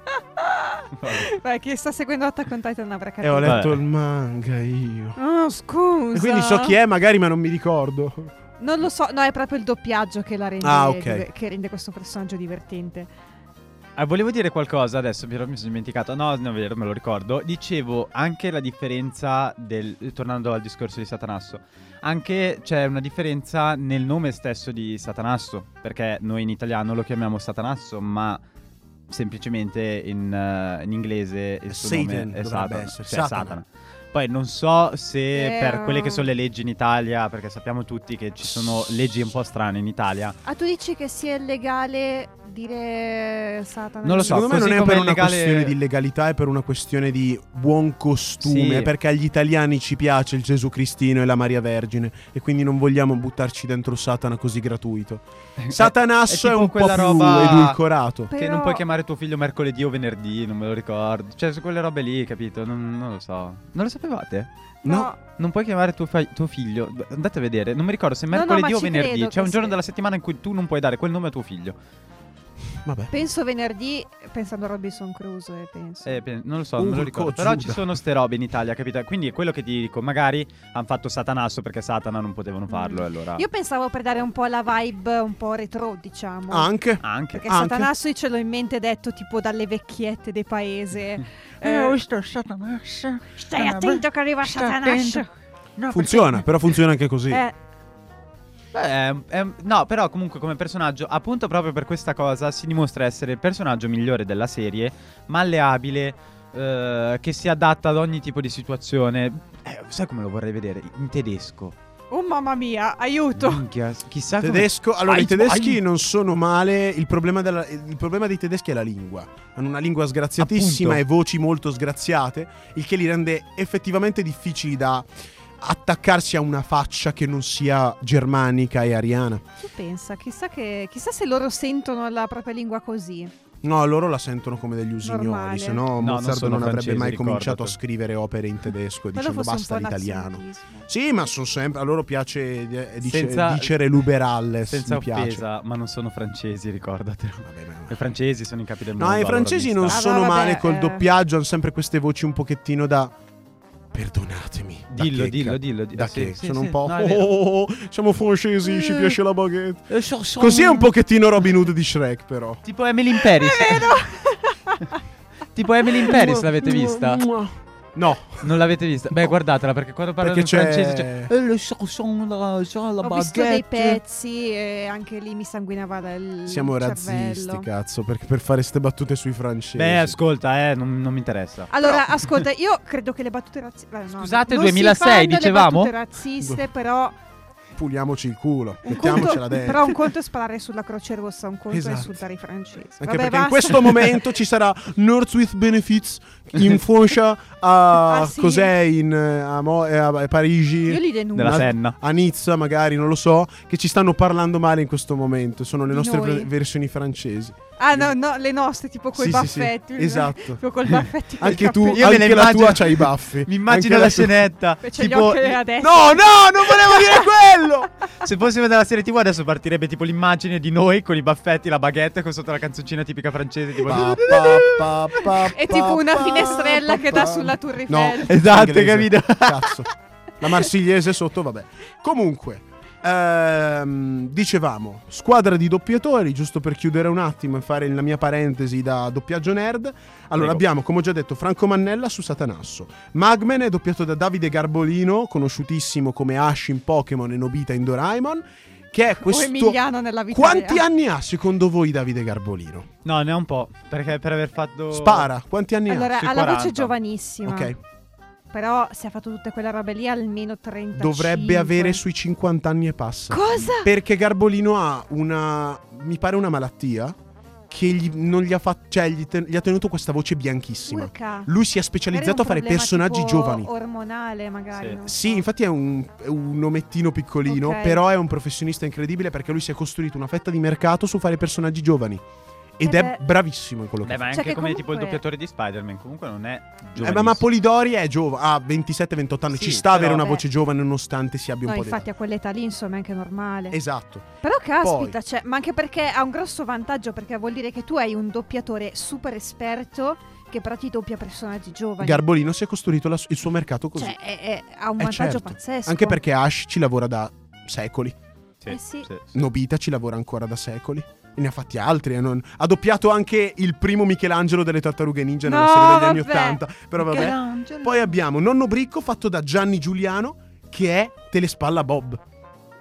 [SPEAKER 2] Beh, chi sta seguendo Attack on Titan avrà
[SPEAKER 1] E
[SPEAKER 2] capito.
[SPEAKER 1] Eh, ho letto
[SPEAKER 3] Vabbè.
[SPEAKER 1] il manga io.
[SPEAKER 2] Oh, scusa.
[SPEAKER 1] E quindi so chi è magari, ma non mi ricordo.
[SPEAKER 2] Non lo so, no, è proprio il doppiaggio che la rende,
[SPEAKER 1] Ah, ok.
[SPEAKER 2] che rende questo personaggio divertente.
[SPEAKER 3] Ah, volevo dire qualcosa adesso, però mi sono dimenticato. No, non è vero, me lo ricordo. Dicevo anche la differenza del... Tornando al discorso di Satanasso. Anche c'è una differenza nel nome stesso di Satanasso. Perché noi in italiano lo chiamiamo Satanasso, ma semplicemente in, eh, in inglese il suo
[SPEAKER 1] Satan
[SPEAKER 3] nome è
[SPEAKER 1] dovrebbe
[SPEAKER 3] Satana.
[SPEAKER 1] essere,
[SPEAKER 3] Cioè,
[SPEAKER 1] Satana.
[SPEAKER 3] Satana. Poi non so se
[SPEAKER 2] Eh,
[SPEAKER 3] per quelle che sono le leggi in Italia, perché sappiamo tutti che ci sono leggi un po' strane in Italia.
[SPEAKER 2] Ah, tu dici che sia illegale dire Satana?
[SPEAKER 3] Non lo so.
[SPEAKER 1] Secondo me non
[SPEAKER 3] così
[SPEAKER 1] è
[SPEAKER 3] come
[SPEAKER 1] per
[SPEAKER 3] è
[SPEAKER 1] una
[SPEAKER 3] legale-
[SPEAKER 1] questione di illegalità, è per una questione di buon costume.
[SPEAKER 3] Sì.
[SPEAKER 1] Perché agli italiani ci piace il Gesù Cristino e la Maria Vergine. E quindi non vogliamo buttarci dentro Satana così gratuito. Satanasso è,
[SPEAKER 3] tipo
[SPEAKER 1] un po'
[SPEAKER 3] quella
[SPEAKER 1] più
[SPEAKER 3] roba-
[SPEAKER 1] edulcorato.
[SPEAKER 3] Che
[SPEAKER 2] Però-
[SPEAKER 3] non puoi chiamare tuo figlio mercoledì o venerdì, non me lo ricordo. Cioè, su quelle robe lì, capito? Non, non lo so. Non lo sapevate?
[SPEAKER 1] no.
[SPEAKER 3] Non puoi chiamare tuo, fa- tuo figlio. Beh, Andate a vedere, non mi ricordo se è
[SPEAKER 2] No, no,
[SPEAKER 3] mercoledì
[SPEAKER 2] ma
[SPEAKER 3] o
[SPEAKER 2] ci
[SPEAKER 3] venerdì.
[SPEAKER 2] credo
[SPEAKER 3] C'è un
[SPEAKER 2] che
[SPEAKER 3] giorno
[SPEAKER 2] sì.
[SPEAKER 3] della settimana in cui tu non puoi dare quel nome a tuo figlio.
[SPEAKER 1] Vabbè.
[SPEAKER 2] Penso venerdì, pensando a Robinson Crusoe, penso.
[SPEAKER 3] Eh, pe- non lo so,
[SPEAKER 1] Urco
[SPEAKER 3] non lo ricordo. Però ci
[SPEAKER 1] Giuda.
[SPEAKER 3] sono ste robe in Italia, capito? Quindi è quello che ti dico. Magari hanno fatto Satanasso perché Satana non potevano farlo.
[SPEAKER 2] Mm.
[SPEAKER 3] E allora.
[SPEAKER 1] Ah.
[SPEAKER 2] Io pensavo per dare un po' la vibe un po' retro, diciamo.
[SPEAKER 1] Anche.
[SPEAKER 3] Anche.
[SPEAKER 2] Perché
[SPEAKER 1] Ah, anche.
[SPEAKER 2] Satanasso io ce l'ho in mente detto tipo dalle vecchiette dei paese. Eh,
[SPEAKER 5] sto Satanasso.
[SPEAKER 2] stai attento che arriva
[SPEAKER 5] Sta
[SPEAKER 2] Satanasso.
[SPEAKER 5] No,
[SPEAKER 1] Funziona, però funziona anche così.
[SPEAKER 2] Eh,
[SPEAKER 3] Beh, è- è- no, però comunque come personaggio, appunto proprio per questa cosa, si dimostra essere il personaggio migliore della serie, malleabile, eh, che si adatta ad ogni tipo di situazione. Eh, sai come lo vorrei vedere? In tedesco.
[SPEAKER 2] Oh mamma mia, aiuto.
[SPEAKER 3] Minchia, chissà Ah, come-
[SPEAKER 1] Tedesco, allora
[SPEAKER 3] Ai-
[SPEAKER 1] i tedeschi
[SPEAKER 3] ai-
[SPEAKER 1] non sono male, il problema, della- il problema dei tedeschi è la lingua. Hanno una lingua sgraziatissima
[SPEAKER 3] Appunto.
[SPEAKER 1] e voci molto sgraziate, il che li rende effettivamente difficili da attaccarsi a una faccia che non sia germanica e ariana.
[SPEAKER 2] Tu pensa, chissà, che, chissà se loro sentono la propria lingua così.
[SPEAKER 1] No, loro la sentono come degli usignoli,
[SPEAKER 2] Normale.
[SPEAKER 1] se no
[SPEAKER 3] non
[SPEAKER 1] Mozart
[SPEAKER 3] sono
[SPEAKER 1] non, avrebbe
[SPEAKER 3] francesi,
[SPEAKER 1] mai
[SPEAKER 3] ricordati.
[SPEAKER 1] cominciato a scrivere opere in tedesco
[SPEAKER 2] Quello
[SPEAKER 1] dicendo
[SPEAKER 2] fosse
[SPEAKER 1] basta
[SPEAKER 2] un po'
[SPEAKER 1] l'italiano.
[SPEAKER 2] nazionalismo.
[SPEAKER 1] Sì, ma sono sempre. A loro piace eh, dice,
[SPEAKER 3] Senza-
[SPEAKER 1] dicere luberalles.
[SPEAKER 3] Senza
[SPEAKER 1] mi piace.
[SPEAKER 3] offesa, ma non sono francesi, ricordatelo.
[SPEAKER 1] Vabbè, ma-
[SPEAKER 3] I francesi sono i capi del mondo.
[SPEAKER 1] No, i
[SPEAKER 3] allora
[SPEAKER 1] francesi
[SPEAKER 3] mi
[SPEAKER 1] non
[SPEAKER 3] sta.
[SPEAKER 2] Ah,
[SPEAKER 1] sono
[SPEAKER 2] vabbè,
[SPEAKER 1] male col
[SPEAKER 2] eh.
[SPEAKER 1] doppiaggio, hanno sempre queste voci un pochettino da. Perdonatemi. da
[SPEAKER 3] Dillo,
[SPEAKER 1] checca.
[SPEAKER 3] dillo, dillo, dillo.
[SPEAKER 1] Da
[SPEAKER 3] Sì,
[SPEAKER 1] che
[SPEAKER 3] sì,
[SPEAKER 1] sono
[SPEAKER 3] sì.
[SPEAKER 1] un po'.
[SPEAKER 3] No, è
[SPEAKER 1] "Oh,
[SPEAKER 3] vero.
[SPEAKER 1] oh, oh, siamo francesi, ci
[SPEAKER 3] Mm.
[SPEAKER 1] piace la baguette.
[SPEAKER 3] Eh, so- sono-
[SPEAKER 1] Così è un pochettino Robin Hood di Shrek, però.
[SPEAKER 3] Tipo Emily in Paris. tipo Emily in Paris, l'avete vista?
[SPEAKER 1] No,
[SPEAKER 3] Non l'avete vista? Beh, guardatela perché quando parla in
[SPEAKER 1] Perché c'è-
[SPEAKER 3] francese c'è. Eh, le chanson, la, la
[SPEAKER 2] Ho visto dei pezzi e anche lì mi sanguinava dal
[SPEAKER 1] siamo razzisti,
[SPEAKER 2] cervello.
[SPEAKER 1] cazzo, perché per fare ste battute sui francesi.
[SPEAKER 3] Beh, ascolta, eh, non, non mi interessa.
[SPEAKER 2] Allora, ascolta, io credo che le battute razziste.
[SPEAKER 3] Scusate, 2006 dicevamo?
[SPEAKER 2] Le battute razziste, però
[SPEAKER 1] Puliamoci il culo,
[SPEAKER 2] un,
[SPEAKER 1] Boh. mettiamocela
[SPEAKER 2] conto,
[SPEAKER 1] dentro.
[SPEAKER 2] però un conto è sparare sulla Croce Rossa, un conto
[SPEAKER 1] Esatto.
[SPEAKER 2] è insultare i francesi.
[SPEAKER 1] Anche
[SPEAKER 2] Vabbè,
[SPEAKER 1] perché in
[SPEAKER 2] basta.
[SPEAKER 1] questo momento ci sarà North with Benefits in Francia, a
[SPEAKER 2] Ah, sì?
[SPEAKER 1] cos'è in, eh, a, Mo- eh, a- a
[SPEAKER 2] Io
[SPEAKER 1] Parigi,
[SPEAKER 2] li denuncio.
[SPEAKER 3] Della
[SPEAKER 1] una-
[SPEAKER 3] Senna.
[SPEAKER 1] a Nizza magari, non lo so, che ci stanno parlando male in questo momento. Sono le
[SPEAKER 2] Di
[SPEAKER 1] nostre
[SPEAKER 2] noi?
[SPEAKER 1] ver- versioni francesi.
[SPEAKER 2] Ah, no, no, le nostre, tipo coi
[SPEAKER 1] Sì, sì, sì,
[SPEAKER 2] baffetti. eh.
[SPEAKER 1] esatto.
[SPEAKER 2] Tipo col baffetti. coi
[SPEAKER 1] Anche tu,
[SPEAKER 2] capelli.
[SPEAKER 3] Io me
[SPEAKER 1] anche
[SPEAKER 3] le
[SPEAKER 1] la
[SPEAKER 3] immagino-
[SPEAKER 1] tua c'hai i baffi.
[SPEAKER 3] Mi immagino
[SPEAKER 1] Anche
[SPEAKER 3] la
[SPEAKER 1] tua-
[SPEAKER 3] scenetta.
[SPEAKER 2] Invece gli
[SPEAKER 3] Tipo,
[SPEAKER 2] occhi a destra.
[SPEAKER 3] no, no, non volevo dire quello. Se fossimo della serie TV, adesso partirebbe tipo l'immagine di noi con i baffetti, la baguette, con sotto la canzoncina tipica francese. Tipo,
[SPEAKER 1] Pa, pa, pa, pa,
[SPEAKER 2] È tipo una
[SPEAKER 1] pa,
[SPEAKER 2] finestrella
[SPEAKER 1] pa,
[SPEAKER 2] che dà
[SPEAKER 1] pa.
[SPEAKER 2] sulla Tour Eiffel.
[SPEAKER 1] No,
[SPEAKER 3] Esatto,
[SPEAKER 1] inglese.
[SPEAKER 3] capito?
[SPEAKER 1] Cazzo. La marsigliese sotto, vabbè. Comunque, ehm, dicevamo, squadra di doppiatori, giusto per chiudere un attimo e fare la mia parentesi da doppiaggio nerd. Allora
[SPEAKER 3] Prego.
[SPEAKER 1] abbiamo, come ho già detto, Franco Mannella su Satanasso. Magmen è doppiato da Davide Garbolino, conosciutissimo come Ash in Pokémon e Nobita in Doraemon, che è
[SPEAKER 2] O
[SPEAKER 1] questo...
[SPEAKER 2] Emiliano nella vita
[SPEAKER 1] Quanti
[SPEAKER 2] reale.
[SPEAKER 1] anni ha secondo voi Davide Garbolino?
[SPEAKER 3] no, ne ho un po'. Perché per aver fatto.
[SPEAKER 1] Spara, quanti anni
[SPEAKER 2] Allora,
[SPEAKER 3] Sui
[SPEAKER 2] ha la
[SPEAKER 3] 40.
[SPEAKER 2] voce giovanissima.
[SPEAKER 1] Ok.
[SPEAKER 2] Però se ha fatto tutte quelle robe lì almeno 30.
[SPEAKER 1] ha? Dovrebbe avere sui 50 anni e passa.
[SPEAKER 2] Cosa?
[SPEAKER 1] Perché Garbolino ha una. mi pare una malattia. Che gli, non gli ha fatto. cioè, gli, te- gli ha tenuto questa voce bianchissima.
[SPEAKER 2] Urca.
[SPEAKER 1] Lui si è
[SPEAKER 2] Magari
[SPEAKER 1] specializzato a
[SPEAKER 2] un
[SPEAKER 1] fare
[SPEAKER 2] problema
[SPEAKER 1] personaggi
[SPEAKER 2] tipo
[SPEAKER 1] giovani.
[SPEAKER 2] Ormonale, magari.
[SPEAKER 3] Sì.
[SPEAKER 2] non
[SPEAKER 1] Sì,
[SPEAKER 2] so.
[SPEAKER 1] infatti è un, è un omettino piccolino,
[SPEAKER 2] Ok.
[SPEAKER 1] però è un professionista incredibile perché lui si è costruito una fetta di mercato su fare personaggi giovani. Ed
[SPEAKER 2] Eh
[SPEAKER 1] è
[SPEAKER 2] beh.
[SPEAKER 1] bravissimo in quello
[SPEAKER 3] Beh,
[SPEAKER 1] che fa.
[SPEAKER 3] ma anche
[SPEAKER 2] Cioè che
[SPEAKER 3] come tipo il
[SPEAKER 2] comunque-
[SPEAKER 3] doppiatore di Spider-Man. Comunque non è.
[SPEAKER 1] Eh, ma,
[SPEAKER 3] giovanissimo.
[SPEAKER 1] ma Polidori è giovane, ha 27-28 anni,
[SPEAKER 3] Sì,
[SPEAKER 1] ci sta avere
[SPEAKER 3] però-
[SPEAKER 1] una
[SPEAKER 2] Beh.
[SPEAKER 1] voce giovane nonostante si abbia
[SPEAKER 2] No,
[SPEAKER 1] un po' di...
[SPEAKER 2] infatti a quell'età lì, insomma, è anche normale.
[SPEAKER 1] Esatto.
[SPEAKER 2] Però caspita, cioè, ma anche perché ha un grosso vantaggio, perché vuol dire che tu hai un doppiatore super esperto che però ti doppia personaggi giovani.
[SPEAKER 1] Garbolino si è costruito la- il suo mercato così.
[SPEAKER 2] cioè, è- è- ha un
[SPEAKER 1] Eh,
[SPEAKER 2] vantaggio
[SPEAKER 1] certo.
[SPEAKER 2] pazzesco.
[SPEAKER 1] Anche perché Ash ci lavora da secoli,
[SPEAKER 3] Sì,
[SPEAKER 2] Eh, sì.
[SPEAKER 3] sì, sì.
[SPEAKER 1] Nobita ci lavora ancora da secoli. E ne ha fatti altri. eh, non- Ha doppiato anche il primo Michelangelo delle tartarughe ninja nella
[SPEAKER 2] No,
[SPEAKER 1] serie degli anni
[SPEAKER 2] vabbè.
[SPEAKER 1] 80. Però vabbè.
[SPEAKER 2] Michelangelo.
[SPEAKER 1] Poi abbiamo Nonno Bricco fatto da Gianni Giuliano, che è Telespalla Bob.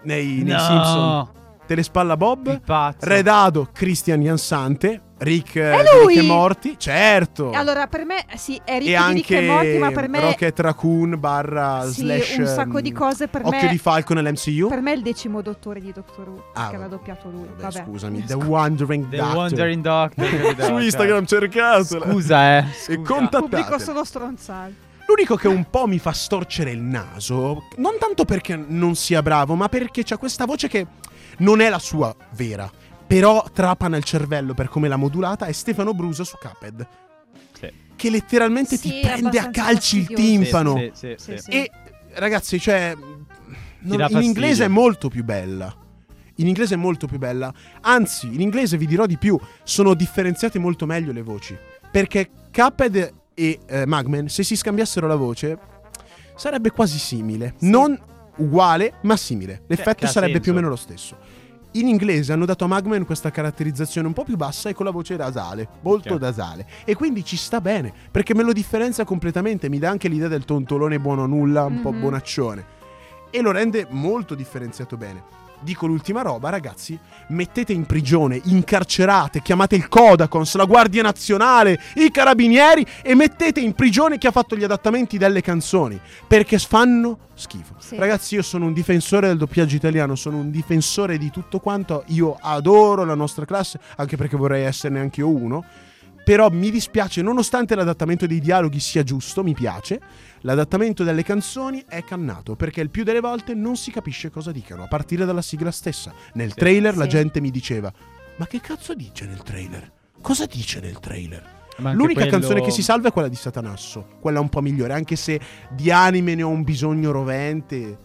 [SPEAKER 1] Nei, nei
[SPEAKER 3] No,
[SPEAKER 1] Simpson. Telespalla Bob.
[SPEAKER 3] il pazzo.
[SPEAKER 1] Redado Christian Jansante. Rick, eh,
[SPEAKER 2] lui?
[SPEAKER 1] Rick e Morty. Certo.
[SPEAKER 2] Allora, per me, sì, è
[SPEAKER 1] e
[SPEAKER 2] ricco di Rick
[SPEAKER 1] anche
[SPEAKER 2] e Morty, ma per me...
[SPEAKER 1] Rocket Raccoon barra
[SPEAKER 2] sì,
[SPEAKER 1] slash
[SPEAKER 2] un sacco di
[SPEAKER 1] ehm,
[SPEAKER 2] cose per
[SPEAKER 1] Occhio
[SPEAKER 2] me...
[SPEAKER 1] di Falco nell'MCU
[SPEAKER 2] Per me è il decimo dottore di Doctor Who,
[SPEAKER 1] Ah,
[SPEAKER 2] che l'ha
[SPEAKER 1] vabbè.
[SPEAKER 2] doppiato lui.
[SPEAKER 1] Vabbè,
[SPEAKER 2] Mm, Vabbè.
[SPEAKER 1] scusami, The Wandering
[SPEAKER 3] The
[SPEAKER 1] Doctor.
[SPEAKER 3] Wandering Doctor. capito?
[SPEAKER 1] Su
[SPEAKER 3] Cioè,
[SPEAKER 1] Instagram cercatela.
[SPEAKER 3] Scusa, eh. Scusa.
[SPEAKER 1] E contattatela.
[SPEAKER 2] Pubblico solo stronzate.
[SPEAKER 1] L'unico che un po' mi fa storcere il naso, non tanto perché non sia bravo, ma perché c'ha questa voce che non è la sua vera. Però trapana il cervello per come l'ha modulata è Stefano Bruso su Caped.
[SPEAKER 3] Sì.
[SPEAKER 1] Che letteralmente
[SPEAKER 2] Sì,
[SPEAKER 1] ti
[SPEAKER 2] è
[SPEAKER 1] prende a
[SPEAKER 2] abbastanza
[SPEAKER 1] calci il
[SPEAKER 2] fastidioso.
[SPEAKER 1] timpano.
[SPEAKER 3] Sì, sì, sì,
[SPEAKER 2] Sì,
[SPEAKER 3] sì.
[SPEAKER 2] sì.
[SPEAKER 1] E ragazzi, cioè, non-
[SPEAKER 3] dà
[SPEAKER 1] in
[SPEAKER 3] fastidio.
[SPEAKER 1] inglese è molto più bella. In inglese è molto più bella. Anzi, in inglese vi dirò di più, sono differenziate molto meglio le voci. Perché Cuphead e eh, Magman, se si scambiassero la voce, sarebbe quasi simile.
[SPEAKER 2] Sì.
[SPEAKER 1] Non uguale, ma simile. L'effetto
[SPEAKER 3] che ha
[SPEAKER 1] sarebbe più o
[SPEAKER 3] senso.
[SPEAKER 1] meno lo stesso. In inglese hanno dato a Magman questa caratterizzazione un po' più bassa e con la voce nasale, molto
[SPEAKER 3] Chiaro.
[SPEAKER 1] nasale. E quindi ci sta bene, perché me lo differenzia completamente, mi dà anche l'idea del tontolone buono a nulla, un po'
[SPEAKER 2] Mhm.
[SPEAKER 1] bonaccione. E lo rende molto differenziato bene. Dico l'ultima roba, ragazzi. Mettete in prigione, incarcerate, chiamate il Codacons, la Guardia Nazionale, i carabinieri e mettete in prigione chi ha fatto gli adattamenti delle canzoni. Perché fanno schifo.
[SPEAKER 2] Sì.
[SPEAKER 1] Ragazzi, io sono un difensore del doppiaggio italiano, sono un difensore di tutto quanto. Io adoro la nostra classe, anche perché vorrei esserne anche io uno. Però mi dispiace, nonostante l'adattamento dei dialoghi sia giusto, mi piace, l'adattamento delle canzoni è cannato, perché il più delle volte non si capisce cosa dicano, a partire dalla sigla stessa. Nel trailer la
[SPEAKER 2] Sì.
[SPEAKER 1] gente mi diceva, ma che cazzo dice nel trailer? Cosa dice nel trailer?
[SPEAKER 3] Ma anche
[SPEAKER 1] L'unica
[SPEAKER 3] quello-
[SPEAKER 1] canzone che si salva è quella di Satanasso, quella un po' migliore, anche se di anime ne ho un bisogno rovente.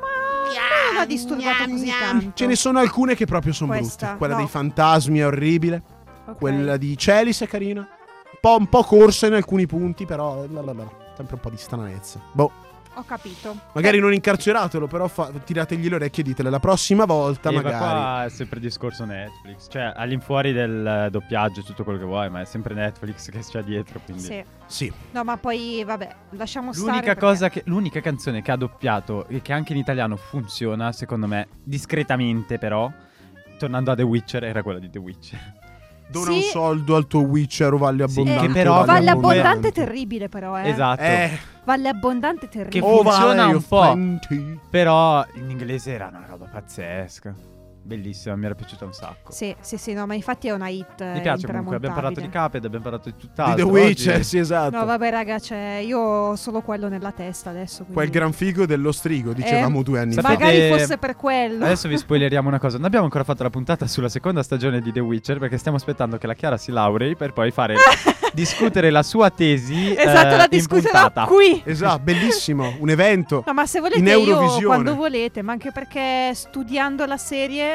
[SPEAKER 2] Ma non ha disturbato così tanto.
[SPEAKER 1] Ce ne sono alcune che proprio sono
[SPEAKER 2] Questa,
[SPEAKER 1] brutte. Quella
[SPEAKER 2] no.
[SPEAKER 1] dei fantasmi è orribile.
[SPEAKER 2] Ok.
[SPEAKER 1] Quella di Celis è carina. Un po', un po' corsa in alcuni punti, però. la, la, la, sempre un po' di stranezza. Boh,
[SPEAKER 2] Ho capito.
[SPEAKER 1] magari non incarceratelo, però fa- tirategli le orecchie e ditele la prossima volta,
[SPEAKER 3] Eh, ma
[SPEAKER 1] magari.
[SPEAKER 3] qua è sempre discorso Netflix, cioè all'infuori del eh, doppiaggio e tutto quello che vuoi, ma è sempre Netflix che c'è dietro, quindi...
[SPEAKER 2] Sì.
[SPEAKER 1] Sì,
[SPEAKER 2] No, ma poi vabbè, lasciamo stare.
[SPEAKER 3] L'unica,
[SPEAKER 2] perché-
[SPEAKER 3] cosa che, l'unica canzone che ha doppiato e che anche in italiano funziona, secondo me, discretamente però, tornando a The Witcher, era quella di The Witcher.
[SPEAKER 1] dona
[SPEAKER 2] Sì.
[SPEAKER 1] un soldo al tuo Witcher o Valle
[SPEAKER 3] Sì,
[SPEAKER 1] Abbondante.
[SPEAKER 3] che però-
[SPEAKER 1] o
[SPEAKER 2] Valle
[SPEAKER 3] Valle
[SPEAKER 2] Eh, abbondante,
[SPEAKER 3] abbondante.
[SPEAKER 2] è terribile però, eh.
[SPEAKER 3] Esatto.
[SPEAKER 1] Eh,
[SPEAKER 2] Valle abbondante è
[SPEAKER 3] Che
[SPEAKER 2] terribile. Oh.
[SPEAKER 3] fu- funziona
[SPEAKER 1] Valley
[SPEAKER 3] un
[SPEAKER 1] of
[SPEAKER 3] po'.
[SPEAKER 1] Plenty.
[SPEAKER 3] Però in inglese era una roba pazzesca. Bellissima, mi era piaciuta un sacco.
[SPEAKER 2] Sì, sì, sì, no, ma infatti è una hit. eh,
[SPEAKER 3] Mi piace comunque, abbiamo parlato di Caped, abbiamo parlato di
[SPEAKER 1] Di
[SPEAKER 3] tutt'altro.
[SPEAKER 1] The
[SPEAKER 3] Oggi-
[SPEAKER 1] Witcher, sì, esatto.
[SPEAKER 2] No, vabbè, raga, cioè, io ho solo quello nella testa adesso. Quindi...
[SPEAKER 1] Quel gran figo dello strigo, dicevamo due anni
[SPEAKER 3] sapete-
[SPEAKER 1] fa.
[SPEAKER 2] Eh, Magari fosse per quello.
[SPEAKER 3] Adesso vi spoileriamo una cosa, non abbiamo ancora fatto la puntata sulla seconda stagione di The Witcher perché stiamo aspettando che la Chiara si laurei per poi fare discutere la sua tesi.
[SPEAKER 2] Esatto,
[SPEAKER 3] eh,
[SPEAKER 2] la
[SPEAKER 3] in
[SPEAKER 2] discuterò
[SPEAKER 3] puntata.
[SPEAKER 2] qui.
[SPEAKER 1] Esatto, bellissimo, un evento.
[SPEAKER 2] No, ma se volete
[SPEAKER 1] In
[SPEAKER 2] io
[SPEAKER 1] Eurovisione.
[SPEAKER 2] quando volete, ma anche perché studiando la serie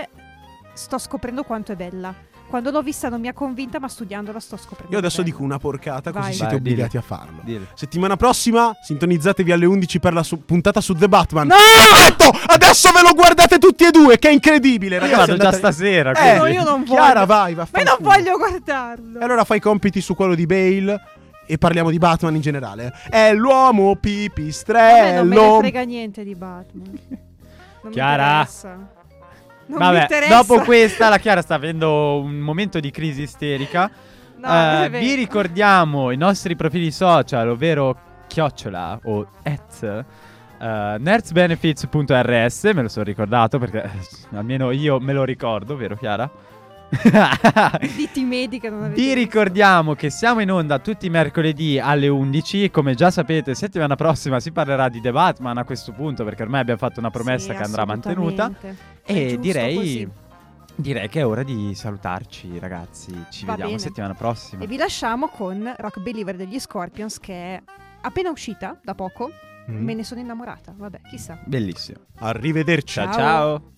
[SPEAKER 2] sto scoprendo quanto è bella. Quando l'ho vista non mi ha convinta, ma studiandola sto scoprendo.
[SPEAKER 1] Io adesso
[SPEAKER 2] che è
[SPEAKER 1] dico una porcata così
[SPEAKER 2] Vai.
[SPEAKER 1] siete
[SPEAKER 3] Vai,
[SPEAKER 1] obbligati
[SPEAKER 3] dillo.
[SPEAKER 1] a farlo.
[SPEAKER 3] Dillo.
[SPEAKER 1] Settimana prossima sintonizzatevi alle 11 per la su- puntata su The Batman.
[SPEAKER 2] No!
[SPEAKER 1] Perfetto! Adesso ve lo guardate tutti e due, che è incredibile,
[SPEAKER 3] Io
[SPEAKER 1] Eh, ragazzi.
[SPEAKER 3] vado già
[SPEAKER 1] andate-
[SPEAKER 3] stasera.
[SPEAKER 1] Eh,
[SPEAKER 2] No,
[SPEAKER 3] quindi-
[SPEAKER 2] io non voglio.
[SPEAKER 1] Chiara, vai, va.
[SPEAKER 2] bella. Ma io non voglio guardarlo.
[SPEAKER 1] E allora fai i compiti su quello di Bale e parliamo di Batman in generale. È l'uomo
[SPEAKER 2] Vabbè, non
[SPEAKER 3] Eh,
[SPEAKER 2] me ne
[SPEAKER 1] pipistrello.
[SPEAKER 2] frega niente di Batman. Non
[SPEAKER 3] Chiara.
[SPEAKER 2] Mi interessa. non mi
[SPEAKER 3] Vabbè,
[SPEAKER 2] interessa.
[SPEAKER 3] dopo questa la Chiara sta avendo un momento di crisi isterica.
[SPEAKER 2] No,
[SPEAKER 3] Eh,
[SPEAKER 2] è vero.
[SPEAKER 3] vi ricordiamo i nostri profili social, ovvero chiocciola o at eh, nerdsbenefits.rs, me lo sono ricordato perché eh, almeno io me lo ricordo, vero Chiara?
[SPEAKER 2] Diti medi che non avete
[SPEAKER 3] Vi ricordiamo che siamo in onda tutti i mercoledì alle 11. Come già sapete, settimana prossima si parlerà di The Batman a questo punto, perché ormai abbiamo fatto una promessa
[SPEAKER 2] Sì,
[SPEAKER 3] che andrà mantenuta.
[SPEAKER 2] assolutamente. È
[SPEAKER 3] E
[SPEAKER 2] giusto
[SPEAKER 3] direi,
[SPEAKER 2] così.
[SPEAKER 3] direi che è ora di salutarci, ragazzi. Ci
[SPEAKER 2] Va
[SPEAKER 3] vediamo
[SPEAKER 2] bene.
[SPEAKER 3] settimana prossima.
[SPEAKER 2] E vi lasciamo con Rock Believer degli Scorpions che è appena uscita da poco.
[SPEAKER 1] Mm.
[SPEAKER 2] Me ne sono innamorata, vabbè, chissà.
[SPEAKER 3] Bellissimo.
[SPEAKER 1] Arrivederci.
[SPEAKER 2] Ciao.
[SPEAKER 3] ciao.